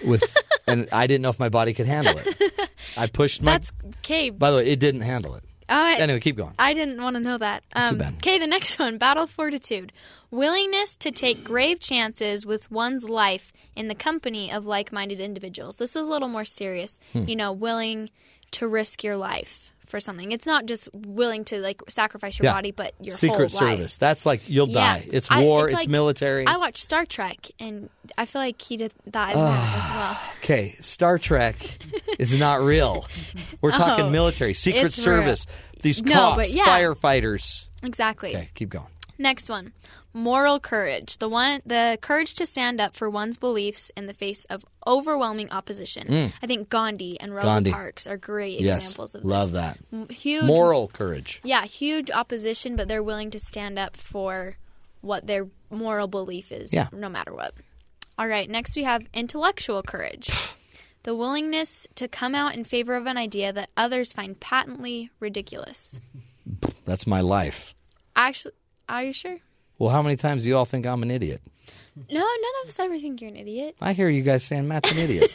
with, and I didn't know if my body could handle it. I pushed my. that's okay. by the way, it didn't handle it. Uh, Anyway, keep going. I didn't want to know that. Um, bad. okay, the next one battle fortitude. Willingness to take grave chances with one's life in the company of like minded individuals. This is a little more serious. Hmm. You know, willing to risk your life for something. It's not just willing to like sacrifice your Yeah. body, but your whole Secret life. Service. That's like you'll Yeah. die. It's I- war. it's it's like- military. I watched Star Trek, and I feel like he did that in that as well. Ah. Okay, Star Trek is not real. We're talking military, Secret Oh, it's real. Service, these No, cops, but yeah. firefighters. Exactly. Okay, keep going. Next one. Moral courage. The one the courage to stand up for one's beliefs in the face of overwhelming opposition. I think Gandhi and Rosa Hmm. Gandhi. Parks are great Yes, examples of love this. that. M- Huge Moral courage. Yeah, huge opposition, but they're willing to stand up for what their moral belief is Yeah. no matter what. All right, next we have intellectual courage. the willingness to come out in favor of an idea that others find patently ridiculous. That's my life. Actually, are you sure? Well, how many times do you all think I'm an idiot? No, none of us ever think you're an idiot. I hear you guys saying Matt's an idiot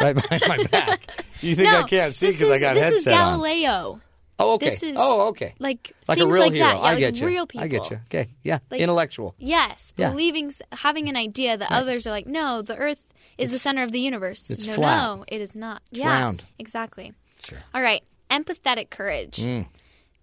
right behind my back. You think I can't see this because I is- got a this headset is on? Galileo. Oh, okay. this is- oh, okay. Like, Like a things real like hero. that. Yeah, I like get you. Real people. I get you. Okay. Yeah. Like- Intellectual. Yes, Yeah. believing, having an idea that others are like, no, the Earth is the center of the universe. it's no, flat. no, it is not. yeah, round. exactly. Sure. All right, empathetic courage. Mm.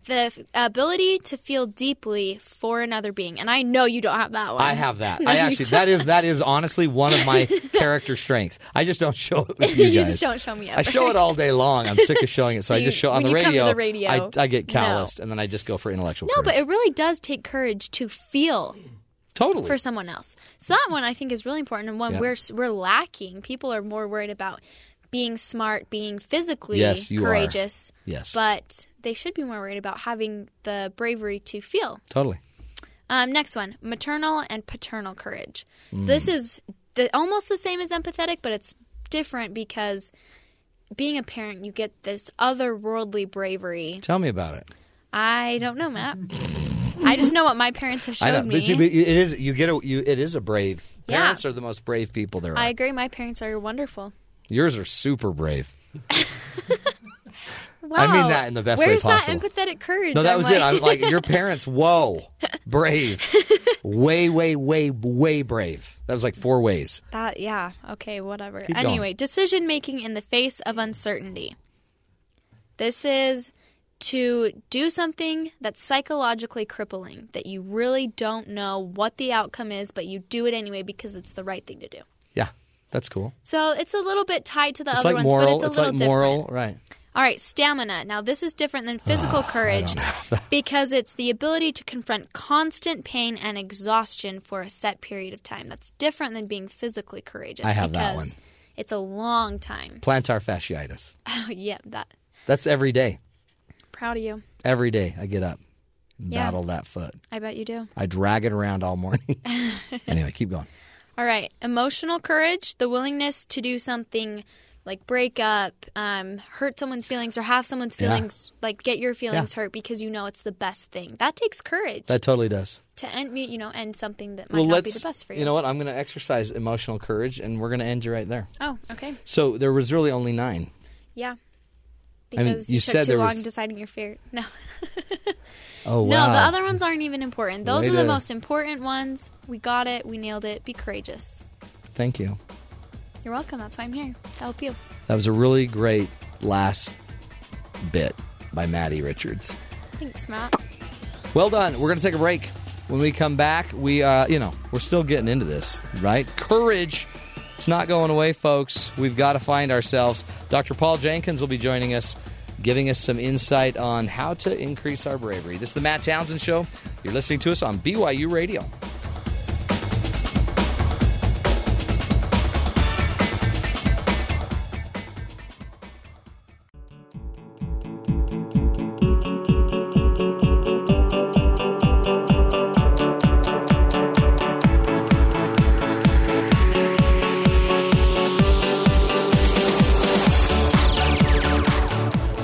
The f- ability to feel deeply for another being, and I know you don't have that one. I have that. No, I you actually don't. that is that is honestly one of my character strengths. I just don't show it with you You, guys. just don't show me. Ever. I show it all day long. I'm sick of showing it, so, I you- just show on when the you come to radio. the radio, I, I get no. calloused, and then I just go for intellectual. No, but it really does take courage to feel totally. for someone else. So that one I think is really important, and one Yeah. we're s- we're lacking. People are more worried about being smart, being physically Yes, you are. courageous. Yes. but they should be more worried about having the bravery to feel. totally. Um, next one: maternal and paternal courage. Mm. This is the, almost the same as empathetic, but it's different because being a parent, you get this otherworldly bravery. Tell me about it. I don't know, Matt. I just know what my parents have showed I know. me. But see, but you- it is you get a, you. It is a brave. Yeah. Parents are the most brave people there are. I agree. My parents are wonderful. Yours are super brave. Wow. I mean that in the best way Where's possible. that empathetic courage? No, that I'm was it. like- I'm like your parents. Whoa, brave. way, way, way, way brave. That was like four ways. That yeah, okay, whatever. Keep going. anyway, decision making in the face of uncertainty. This is to do something that's psychologically crippling that you really don't know what the outcome is, but you do it anyway because it's the right thing to do. Yeah, that's cool. So it's a little bit tied to the It's other like ones, moral. but it's a little like moral, different. right? All right, stamina. Now this is different than physical Ah, courage because it's the ability to confront constant pain and exhaustion for a set period of time. That's different than being physically courageous. I have that because one. It's a long time. Plantar fasciitis. Oh yeah, that. That's every day. Proud of you. Every day I get up, and Yeah. battle that foot. I bet you do. I drag it around all morning. anyway, keep going. All right, emotional courage, the willingness to do something like break up, um, hurt someone's feelings, or have someone's Yeah. feelings, like get your feelings hurt because you know it's the best thing. That takes courage That totally does. to end, you know, end something that might not be the best for you. know what? I'm going to exercise emotional courage, and we're going to end you right there. Oh, okay. So there was really only nine. Yeah. I mean, Because you you, took said too there long was- deciding your fear. No. Oh No, the other ones aren't even important. Those Way are the to- most important ones. We got it. We nailed it. Be courageous. Thank you. You're welcome. That's why I'm here to help you. That was a really great last bit by Maddie Richards. Thanks, Matt. Well done. We're going to take a break. When we come back, we, uh, you know, we're still getting into this, right? Courage. It's not going away, folks. We've got to find ourselves. Dr. Paul Jenkins will be joining us, giving us some insight on how to increase our bravery. This is the Matt Townsend Show. You're listening to us on BYU Radio.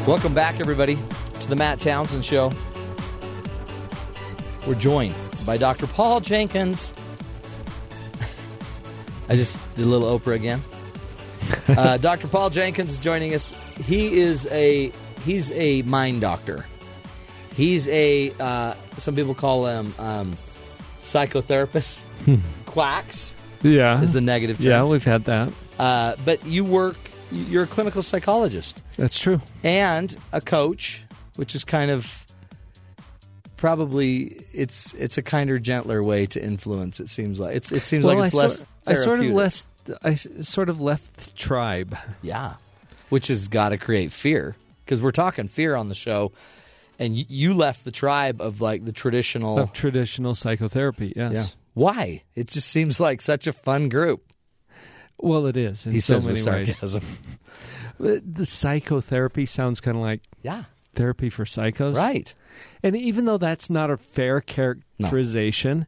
Welcome back, everybody, to the Matt Townsend Show. We're joined by Dr. Paul Jenkins. I just did a little Oprah again. Uh, Dr. Paul Jenkins is joining us. He is a he's a mind doctor. He's a uh, some people call him um, psychotherapist. Quacks Yeah. is the negative term. yeah, we've had that. Uh, but you work. You're a clinical psychologist That's true. and a coach, which is kind of probably it's it's a kinder, gentler way to influence. It seems like it's, it seems like it's I, less. sort, I sort of therapeutic. less. I s- sort of left the tribe. yeah, which has got to create fear because we're talking fear on the show, and y- you left the tribe of like the traditional. of traditional psychotherapy. Oh, Yes. Oh. Yeah. Why? It just seems like such a fun group. Well, it is in He so says many with ways. sarcasm. But The psychotherapy sounds kind of like Yeah, therapy for psychos, right. And even though that's not a fair characterization,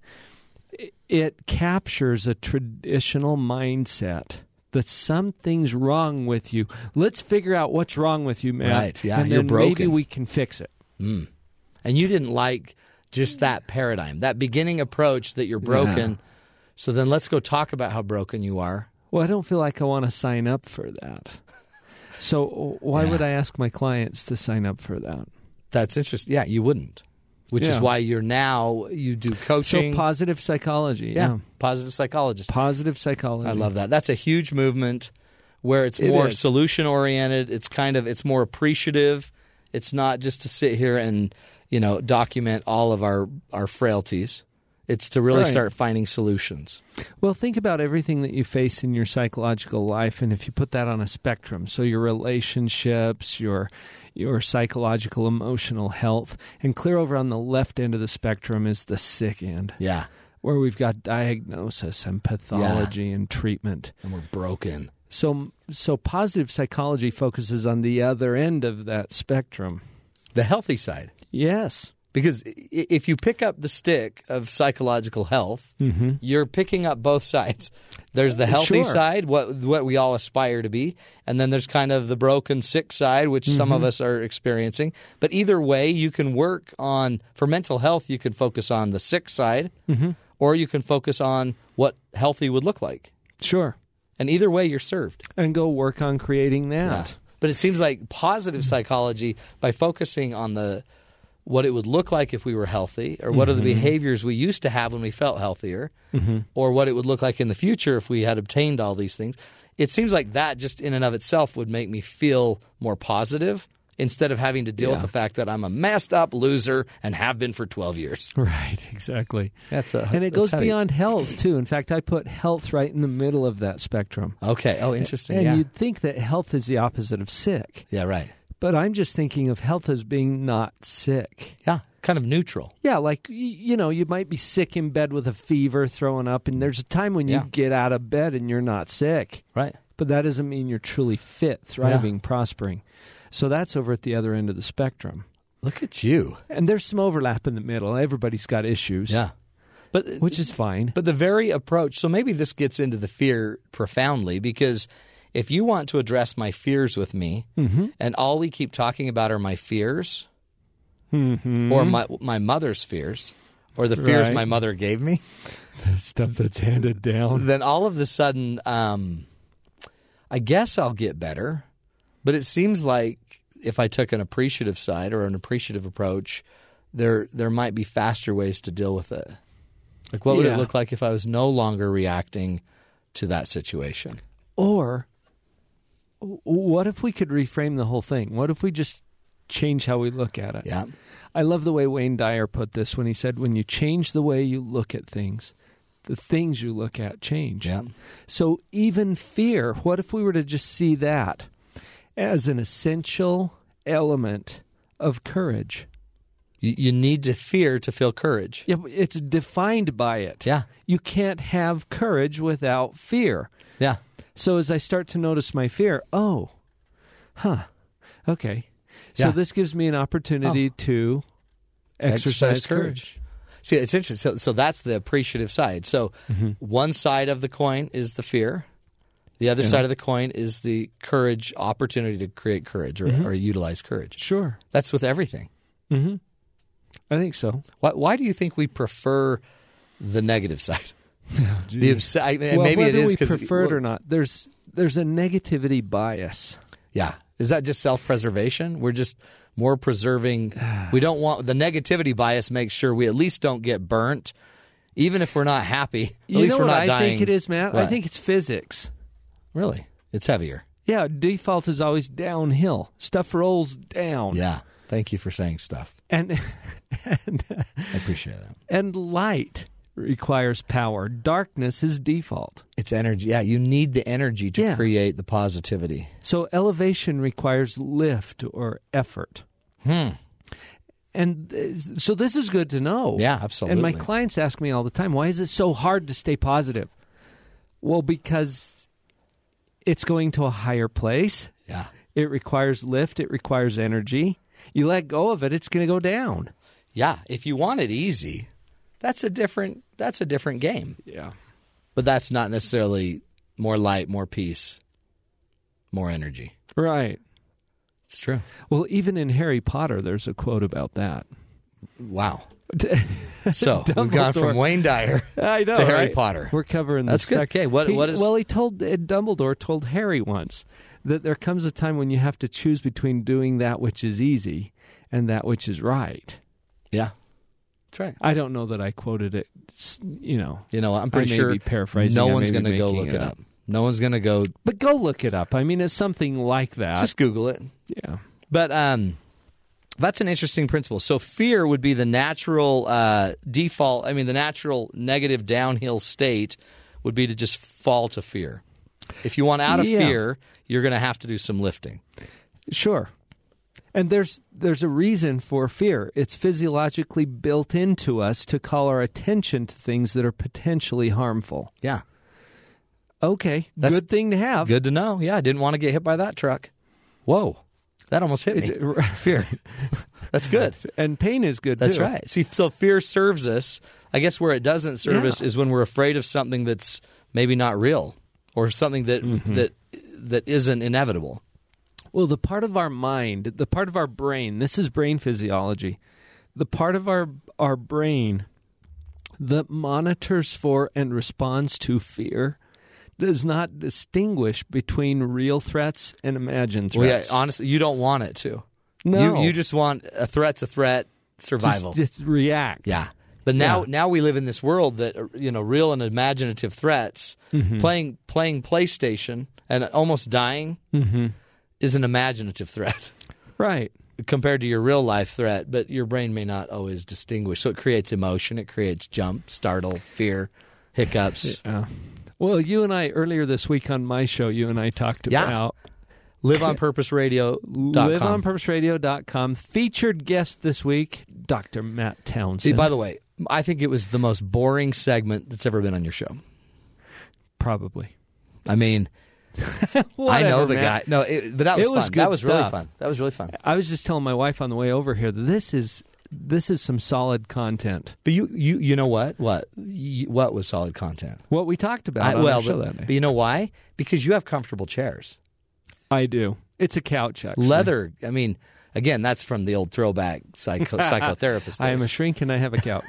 i- it captures a traditional mindset that something's wrong with you. Let's figure out what's wrong with you, man. Right, yeah, and you're then Maybe broken. we can fix it. And you didn't like just that paradigm, that beginning approach that you're broken. So then let's go talk about how broken you are. Well, I don't feel like I want to sign up for that. So why would I ask my clients to sign up for that? That's interesting. Yeah, you wouldn't, which is Yeah. why you're now, you do coaching. So positive psychology. yeah, Yeah. positive psychologist. Positive psychology. I love that. That's a huge movement where it's It more is. solution oriented. It's kind of, it's more appreciative. It's not just to sit here and, you know, document all of our, our frailties. It's to really Right. start finding solutions. Well, think about everything that you face in your psychological life, and if you put that on a spectrum, so your relationships, your your psychological, emotional health, and clear over on the left end of the spectrum is the sick end, Yeah. where we've got diagnosis and pathology and treatment. And we're broken. So, so positive psychology focuses on the other end of that spectrum. The healthy side. Yes, because i- if you pick up the stick of psychological health, you're picking up both sides. There's the healthy Sure. side, what what we all aspire to be, and then there's kind of the broken sick side, which some of us are experiencing. But either way, you can work on for mental health. You could focus on the sick side, or you can focus on what healthy would look like. sure, And either way, you're served. and go work on creating that. But it seems like positive psychology by focusing on the what it would look like if we were healthy, or what are the behaviors we used to have when we felt healthier, or what it would look like in the future if we had obtained all these things. It seems like that just in and of itself would make me feel more positive instead of having to deal with the fact that I'm a messed up loser and have been for 12 years. Right, exactly. That's a- that's and it goes heavy. beyond health too. In fact, I put health right in the middle of that spectrum. Okay. Oh, interesting. And yeah. you'd think that health is the opposite of sick, yeah, right. but I'm just thinking of health as being not sick. Yeah, kind of neutral. Yeah, like y- you know, you might be sick in bed with a fever, throwing up, and there's a time when you Yeah. get out of bed and you're not sick. Right. But that doesn't mean you're truly fit, thriving, prospering. So that's over at the other end of the spectrum. Look at you. And there's some overlap in the middle. Everybody's got issues, Yeah. But uh, which is fine. But the very approach, so maybe this gets into the fear profoundly because if you want to address my fears with me and all we keep talking about are my fears or my, my mother's fears or the fears Right. my mother gave me, stuff that's handed down. then all of a sudden, um, I guess I'll get better. But it seems like if I took an appreciative side or an appreciative approach, there there might be faster ways to deal with it. Like, what would it Yeah. look like if I was no longer reacting to that situation? Or w- what if we could reframe the whole thing? What if we just change how we look at it? Yeah, I love the way Wayne Dyer put this when he said, when you change the way you look at things, the things you look at change. yeah, So even fear, what if we were to just see that as an essential element of courage? you, you need to fear to feel courage. Yeah, but It's defined by it. Yeah. You can't have courage without fear. Yeah, So as I start to notice my fear, oh, huh, okay. So Yeah. this gives me an opportunity to Oh. exercise, Exercise courage. courage. See, it's interesting. So, so that's the appreciative side. So Mm-hmm. one side of the coin is the fear. The other side of the coin is the courage, Mm-hmm. opportunity to create courage or, or utilize courage. Sure. That's with everything. I think so. Why, why do you think we prefer the negative side? the obs- I, mean, well, maybe it whether is we 'cause- prefer it or not, there's there's a negativity bias. Yeah. Is that just self preservation? We're just more preserving. We don't want the negativity bias makes sure we at least don't get burnt, even if we're not happy. At you least know we're what not I dying. think it is, Matt. I What? think it's physics. Really? It's heavier. Yeah, default is always downhill. Stuff rolls down. Yeah. Thank you for saying stuff. And and I appreciate that. and light requires power. Darkness is default. It's energy. Yeah. You need the energy to Yeah. create the positivity. So elevation requires lift or effort. Hmm. And uh, so this is good to know. Yeah, absolutely. And my clients ask me all the time, why is it so hard to stay positive? Well, because it's going to a higher place. Yeah. It requires lift, it requires energy. You let go of it, it's going to go down. Yeah. If you want it easy, that's a different. That's a different game. Yeah. But that's not necessarily more light, more peace, more energy. Right. It's true. Well, even in Harry Potter, there's a quote about that. Wow. So we've gone from Dumbledore. Wayne Dyer. I know. to Harry right? Potter. We're covering That's this good. stuff. Okay, what- He- what is- Well, he told uh, Dumbledore told Harry once that there comes a time when you have to choose between doing that which is easy and that which is right. Yeah, that's right. I don't know that I quoted it. s- You know, You know, I'm I pretty may sure be paraphrasing. No I may one's be going to go making look it it up. up. No one's going to go. but go look it up. I mean, it's something like that. Just Google it. yeah. But um, that's an interesting principle. So fear would be the natural uh, default. I mean, the natural negative downhill state would be to just fall to fear. If you want out of Yeah. fear, you're going to have to do some lifting. Sure. And there's there's a reason for fear. It's physiologically built into us to call our attention to things that are potentially harmful. Yeah, Okay, That's good thing to have. good to know. Yeah, I didn't want to get hit by that truck. Whoa, that almost hit me. fear That's good. and pain is good That's too. right. See, so fear serves us. I guess where it doesn't serve Yeah. us is when we're afraid of something that's maybe not real or something that Mm-hmm. that that isn't inevitable. Well, the part of our mind, the part of our brain, this is brain physiology. The part of our our brain that monitors for and responds to fear does not distinguish between real threats and imagined Well, yeah, threats. honestly, you don't want it to. No. you, you just want a threat's a threat survival. Just, just react. yeah. But now, Yeah. now we live in this world that uh, you know, real and imaginative threats, Mm-hmm. playing playing PlayStation and almost dying Mm-hmm. is an imaginative threat. Right. compared to your real life threat, but your brain may not always distinguish. So it creates emotion, it creates jump, startle, fear, hiccups. Yeah. Well, you and I earlier this week on my show, you and I talked Yeah. about Liveonpurposeradio.com. liveonpurposeradio.com. Featured guest this week, Dr. Matt Townsend. See, by the way, I think it was the most boring segment that's ever been on your show. Probably. I mean, I know Whatever, the guy. Matt. No, it, but that was, It was fun. good That was really stuff. fun. That was really fun. I was just telling my wife on the way over here that this is this is some solid content. But you, you, you know what? What? You, what was solid content? What we talked about I- on well, our show but, that day. but you know why? Because you have comfortable chairs. I do. It's a couch. Actually. leather. I mean, again, that's from the old throwback psycho, psychotherapist. Days. I am a shrink and I have a couch.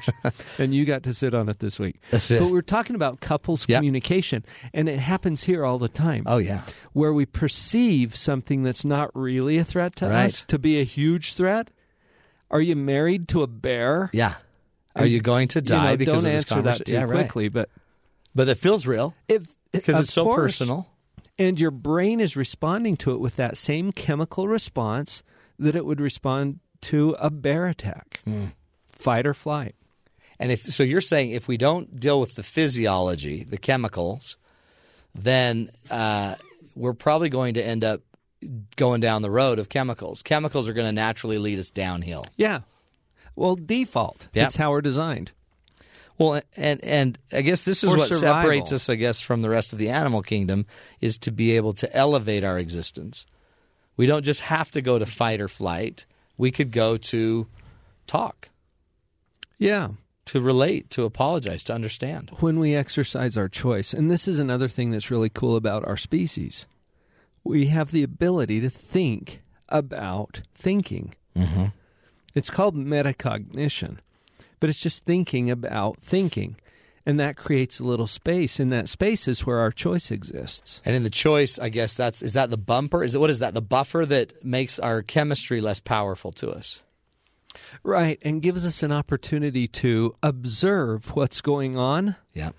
and you got to sit on it this week. That's it. But we're talking about couples Yep. communication, and it happens here all the time. oh yeah, Where we perceive something that's not really a threat to Right. us to be a huge threat. Are you married to a bear? yeah. Are you going to You die know, because don't of this answer conversation? that too yeah, right. quickly, but But it feels real if because of it's so course, personal. and your brain is responding to it with that same chemical response that it would respond to a bear attack, fight or flight. And if so, you're saying if we don't deal with the physiology, the chemicals, then uh, we're probably going to end up going down the road of chemicals. Chemicals are going to naturally lead us downhill. Yeah. Well, default. Yeah. It's how we're designed. Well, and and I guess this is Or what survival. separates us, I guess, from the rest of the animal kingdom is to be able to elevate our existence. We don't just have to go to fight or flight. We could go to talk, Yeah. to relate, to apologize, to understand. When we exercise our choice, and this is another thing that's really cool about our species, we have the ability to think about thinking. It's called metacognition, but it's just thinking about thinking. And that creates a little space, and that space is where our choice exists. And in the choice, I guess that's is that the bumper? Is it what is that? The buffer that makes our chemistry less powerful to us. Right, and gives us an opportunity to observe what's going on Yeah.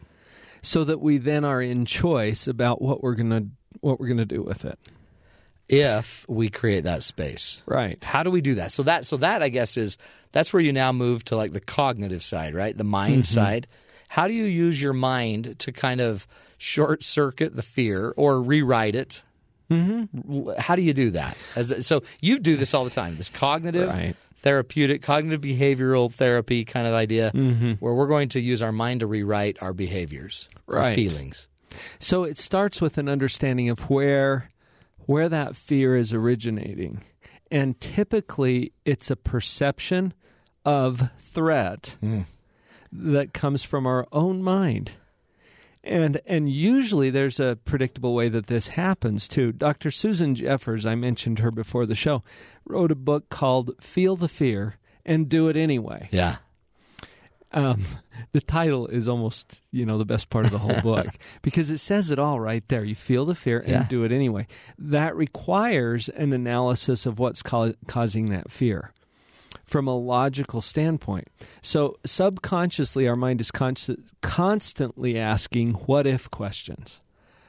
so that we then are in choice about what we're going to what we're going to do with it. If we create that space. Right. How do we do that? So that so that I guess is that's where you now move to like the cognitive side, right? The mind side. How do you use your mind to kind of short circuit the fear or rewrite it? Mm-hmm. How do you do that? As, so you do this all the time. This cognitive, Right. therapeutic, cognitive behavioral therapy kind of idea, where we're going to use our mind to rewrite our behaviors, our Right. feelings. So it starts with an understanding of where where that fear is originating. And typically it's a perception of threat that comes from our own mind. And and usually there's a predictable way that this happens too. Dr. Susan Jeffers, I mentioned her before the show, wrote a book called Feel the Fear and Do It Anyway. Yeah. Um, the title is almost, you know, the best part of the whole book because it says it all right there. You feel the fear and Yeah. do it anyway. That requires an analysis of what's cau- causing that fear from a logical standpoint. So, subconsciously, our mind is const- constantly asking what if questions.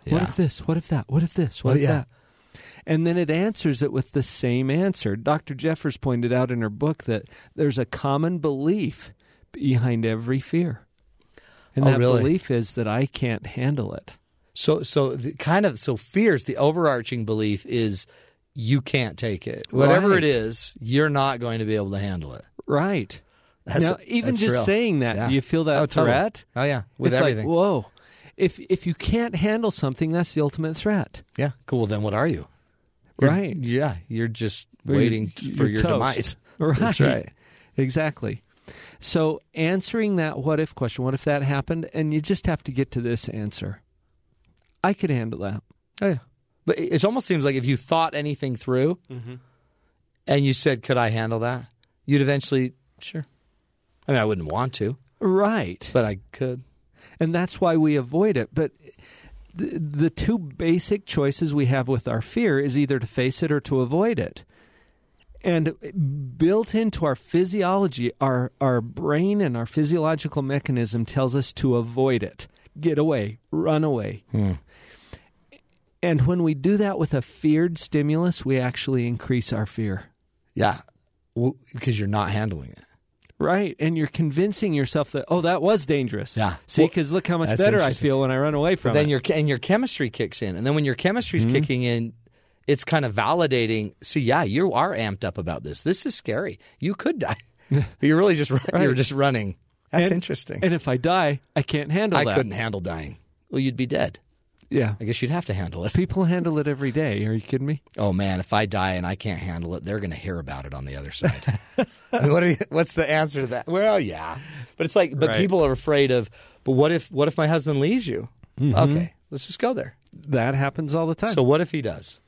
What Yeah. if this? What if that? What if this? What, What- if yeah. that? And then it answers it with the same answer. Dr. Jeffers pointed out in her book that there's a common belief behind every fear. And Oh, that really? belief is that I can't handle it. So so the, kind of so fears the overarching belief is you can't take it. Whatever it Right. is, you're not going to be able to handle it. Right. That's- now, even that's just real. saying that, Yeah. do you feel that Oh, totally. threat? Oh yeah, with it's everything. like, whoa. If if you can't handle something, that's the ultimate threat. yeah, cool. Then what are you? right. Yeah, you're just Well, waiting you're- for you're your toast. demise. Right. That's right. Exactly. So answering that what if question, what if that happened? And you just have to get to this answer. I could handle that. Oh yeah. But it it almost seems like if you thought anything through, Mm-hmm. and you said, "Could I handle that?" You'd eventually, sure. I mean, I wouldn't want to, Right. but I could. and that's why we avoid it. But the, the two basic choices we have with our fear is either to face it or to avoid it. And built into our physiology, our, our brain and our physiological mechanism tells us to avoid it, get away, run away. Hmm. And when we do that with a feared stimulus, we actually increase our fear. Yeah, because you're not handling it. Right. And you're convincing yourself that, oh, that was dangerous. Yeah. See, Well, because look how much that's better I interesting. feel when I run away from then it. your and your chemistry kicks in, and then when your chemistry's Mm-hmm. kicking in, it's kind of validating. See, yeah, you are amped up about this. This is scary. You could die, but you're really just run, you're just running. That's And- interesting. And if I die, I can't handle I that. couldn't handle dying. Well, you'd be dead. Yeah. I guess you'd have to handle it. People handle it every day. Are you kidding me? Oh man, if I die and I can't handle it, they're going to hear about it on the other side. I mean, what are you, what's the answer to that? Well, yeah, but it's like, but Right. people are afraid of. But what if what if my husband leaves you? Mm-hmm. Okay, let's just go there. That happens all the time. So what if he does?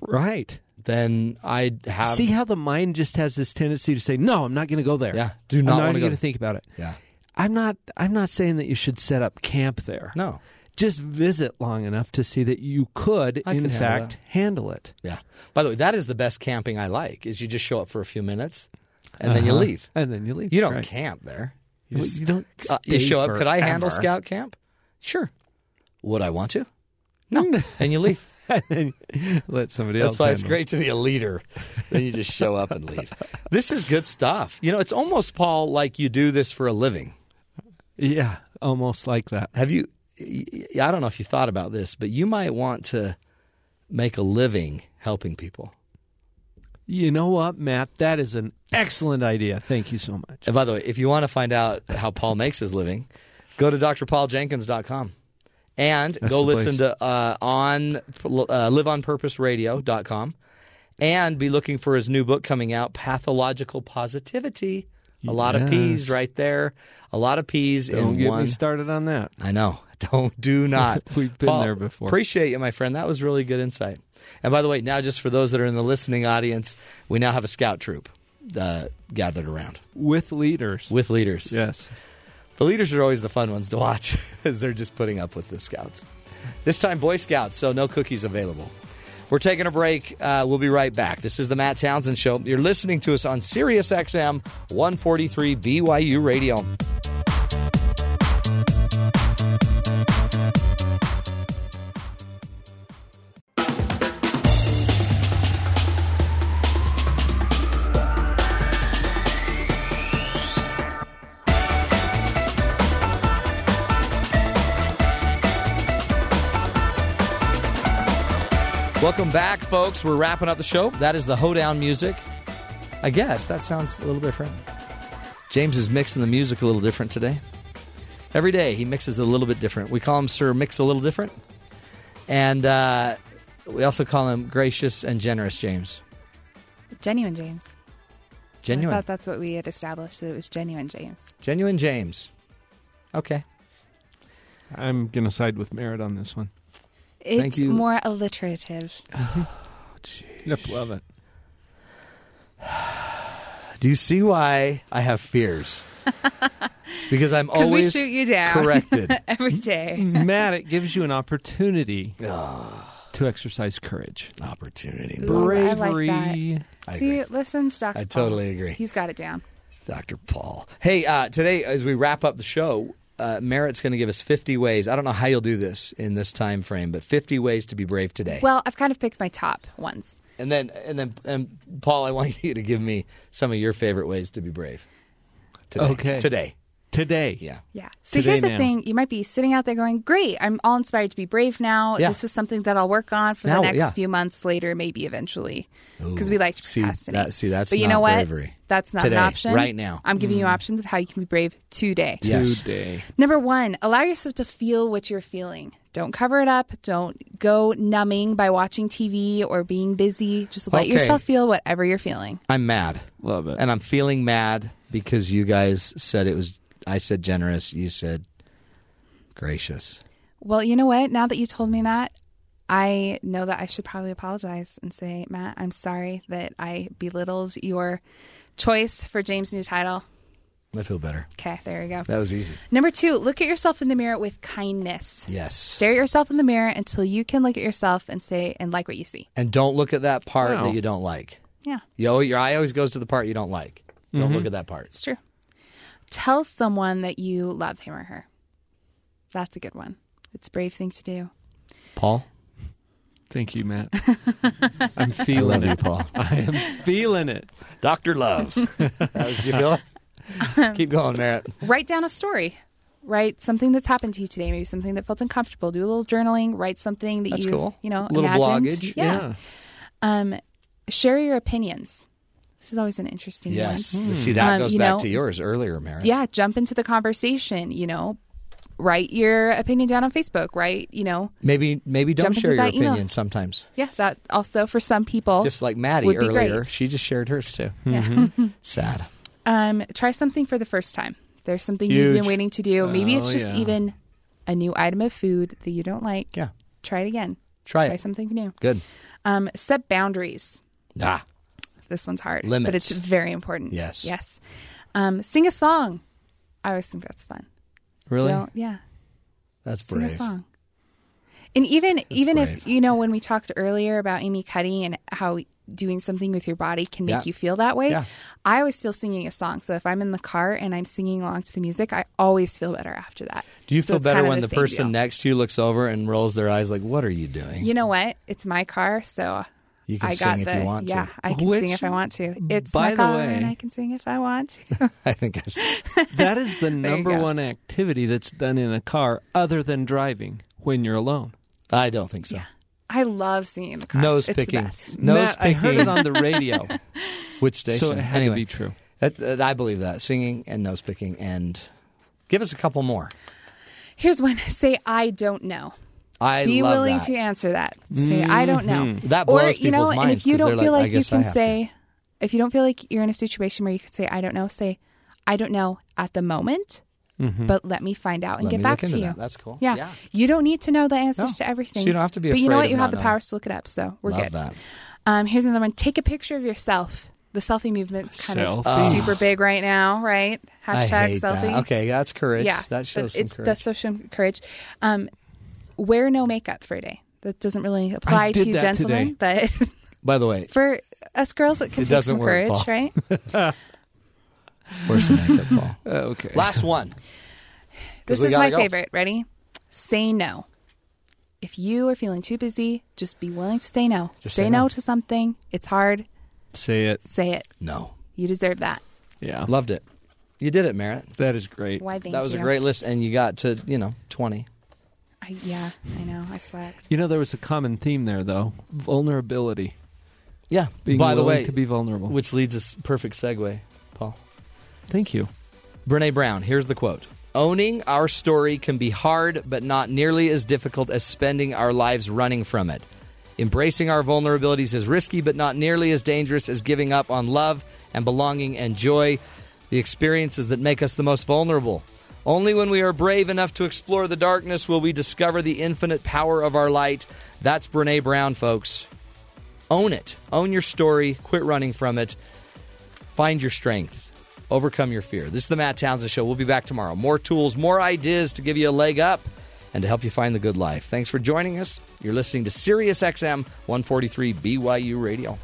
right. Then I'd have See how the mind just has this tendency to say, "No, I'm not going to go there. Yeah. Do I'm not not wanna even go gonna there." think about it." Yeah. I'm not. I'm not saying that you should set up camp there. No. Just visit long enough to see that you could, I in could handle fact, handle it. Yeah. By the way, that is the best camping I like. Is you just show up for a few minutes and then you Uh-huh. leave. and then you leave. You don't Right. camp there. You, Well, just- you don't. uh, you stay show up. Could I handle forever." scout camp? Sure. Would I want to? No. and you leave. Let somebody That's else. why it's handle it. great to be a leader. Then you just show up and leave. This is good stuff. You know, it's almost Paul like you do this for a living. Yeah, almost like that. Have you? I don't know if you thought about this, but you might want to make a living helping people. You know what, Matt? That is an excellent idea. Thank you so much. And by the way, if you want to find out how Paul makes his living, go to drpauljenkins.com and go the listen place. to uh, on uh, liveonpurposeradio.com and be looking for his new book coming out, Pathological Positivity. A lot of P's Yes. right there. A lot of P's Don't in get one. me started on that. I know. Don't do not. We've been there before. Appreciate you, my friend. That was really good insight. And by the way, now just for those that are in the listening audience, we now have a scout troop. uh, gathered around with leaders. with leaders. yes. The leaders are always the fun ones to watch as they're just putting up with the scouts. This time, Boy Scouts, so no cookies available. We're taking a break. Uh, we'll be right back. This is the Matt Townsend Show. You're listening to us on Sirius XM 143 BYU Radio. Welcome back, folks. We're wrapping up the show. That is the hoedown music. I guess that sounds a little different. James is mixing the music a little different today. Every day he mixes it a little bit different. We call him Sir Mix a Little Different. And uh, we also call him Gracious and Generous James. Genuine James. I Genuine. thought that's what we had established that it was genuine James. Genuine James. Okay. I'm going to side with Merritt on this one. It's Thank you. more alliterative. Yep, love it. Do you see why I have fears? because I'm Because we always shoot you down corrected. every day. Matt, it gives you an opportunity Ah. to exercise courage. Opportunity. Ooh, I like that. Bravery. I See, agree. listen to Dr. I Paul. totally agree. He's got it down. Dr. Paul. Hey, uh, today, as we wrap up the show, uh, Merritt's going to give us 50 ways. I don't know how you'll do this in this time frame, but 50 ways to be brave today. Well, I've kind of picked my top ones. and then, and then, and Paul, I want you to give me some of your favorite ways to be brave. Today. Okay. Today. Today. Yeah. Yeah. So Today here's the now. thing: you might be sitting out there going, "Great, I'm all inspired to be brave now. Yeah. This is something that I'll work on for Now, the next yeah. few months, later, maybe eventually, because we like to See, procrastinate." that- see, that's but you not know what? bravery. That's not Today, an option right now. Mm. I'm giving you options of how you can be brave today. Yes. Today. Number one, allow yourself to feel what you're feeling. Don't cover it up. Don't go numbing by watching TV or being busy. Just let Okay. yourself feel whatever you're feeling. I'm mad. Love it. And I'm feeling mad because you guys said it was, I said generous, you said gracious. Well, you know what? Now that you told me that, I know that I should probably apologize and say, Matt, I'm sorry that I belittled your choice for James' new title. I feel better. Okay, there you go. That was easy. Number two, look at yourself in the mirror with kindness. Yes. Stare at yourself in the mirror until you can look at yourself and say and like what you see. And don't look at that part Wow. that you don't like. Yeah. Yo, your eye always goes to the part you don't like. Don't look at that part. It's true. Tell someone that you love him or her. That's a good one. It's a brave thing to do. Paul, Thank you, Matt. I I'm feeling love you, it. Paul. I am feeling it. Doctor Love. that was, do you feel Um, it? Keep going, Merritt. Write down a story. Write something that's happened to you today, maybe something that felt uncomfortable. Do a little journaling. Write something that That's you cool. you know Little imagined. bloggage. Yeah. Um, share your opinions. This is always an interesting Yes. one. See, that Um, goes you back know- to yours earlier, Merritt. Yeah, jump into the conversation. You know, write your opinion down on Facebook. Write you know, Maybe maybe don't Jump into share your that email. opinion sometimes. yeah, that also for some people. Just like Maddie Would be earlier, great. she just shared hers too. Yeah. Mm-hmm. Sad. Um, try something for the first time. There's something you've Huge. been waiting to do. Maybe it's Oh, just yeah. even a new item of food that you don't like. Yeah. Try it again. Try Try it. something new. Good. Um, set boundaries. Ah. This one's hard, but Limits. it's very important. Yes. Yes. Um, sing a song. I always think that's fun. Really? Don't, yeah. That's Sing brave. a song. And even even brave. if you know when we talked earlier about Amy Cuddy and how doing something with your body can make Yeah. you feel that way, Yeah. I always feel singing a song. So if I'm in the car and I'm singing along to the music, I always feel better after that. Do you So feel it's better kind of when the, same person deal. next to you looks over and rolls their eyes like, "What are you doing?" You know what? It's my car, so You can I got sing the if you want yeah. to. I can Which, sing if I want to. It's by my the car, way- and I can sing if I want. to. I think I've That is the you number go. one activity that's done in a car other than driving when you're alone. I don't think so. I love singing in the car. Nose it's picking. The best. Nose Matt, I picking. heard it on the radio, Which station? so it had anyway. to be true. That, that- I believe that singing and nose picking, and give us a couple more. Here's one: say I don't know. I Be love willing that. Mm-hmm. to answer that. Say I don't know. That or blows you know, people's and minds if you 'cause don't they're feel like, I like, you guess I can have to. say, if you don't feel like you're in a situation where you could say I don't know, say I don't know at the moment, but let me find out Mm-hmm. and Let get me back look to into you. that. That's cool. Yeah. Yeah. You don't need to know the answers No. to everything. So you don't have to be But you afraid know what? of you not have the knowing. powers to look it up, so we're love good. that. Um, here's another one. Take a picture of yourself. The selfie movement's kind Selfies. of super big right now, right? Hashtag Ah. I hate selfie. That. Okay, that's courage. Yeah, that but shows some it's, courage. That shows some courage. Um, wear no makeup for a day. That doesn't really apply to did you that gentlemen, but By the way, for us girls, it can It take doesn't some work, courage, Paul. right? where's the makeup, Paul? Okay. Last one. This we is gotta my go. favorite. Ready? Say no. If you are feeling too busy, just be willing to say no. Just say say no. no. to something. It's hard. Say it. Say it. No, You deserve that. Yeah. loved it. You did it, Merritt. That is great. Why? Thank that was you. a great list, and you got to you know twenty. I, yeah, I know. I slacked. You know, there was a common theme there, though vulnerability. Yeah. Being By the willing way, to be vulnerable. which leads us perfect segue, Paul. Thank you. Brene Brown, here's the quote Owning our story can be hard, but not nearly as difficult as spending our lives running from it. Embracing our vulnerabilities is risky, but not nearly as dangerous as giving up on love and belonging and joy, the experiences that make us the most vulnerable. Only when we are brave enough to explore the darkness will we discover the infinite power of our light. That's Brene Brown, folks. Own it. Own your story. Quit running from it. Find your strength. Overcome your fear. This is the Matt Townsend Show. We'll be back tomorrow. More tools, more ideas to give you a leg up and to help you find the good life. Thanks for joining us. You're listening to Sirius XM 143 BYU Radio.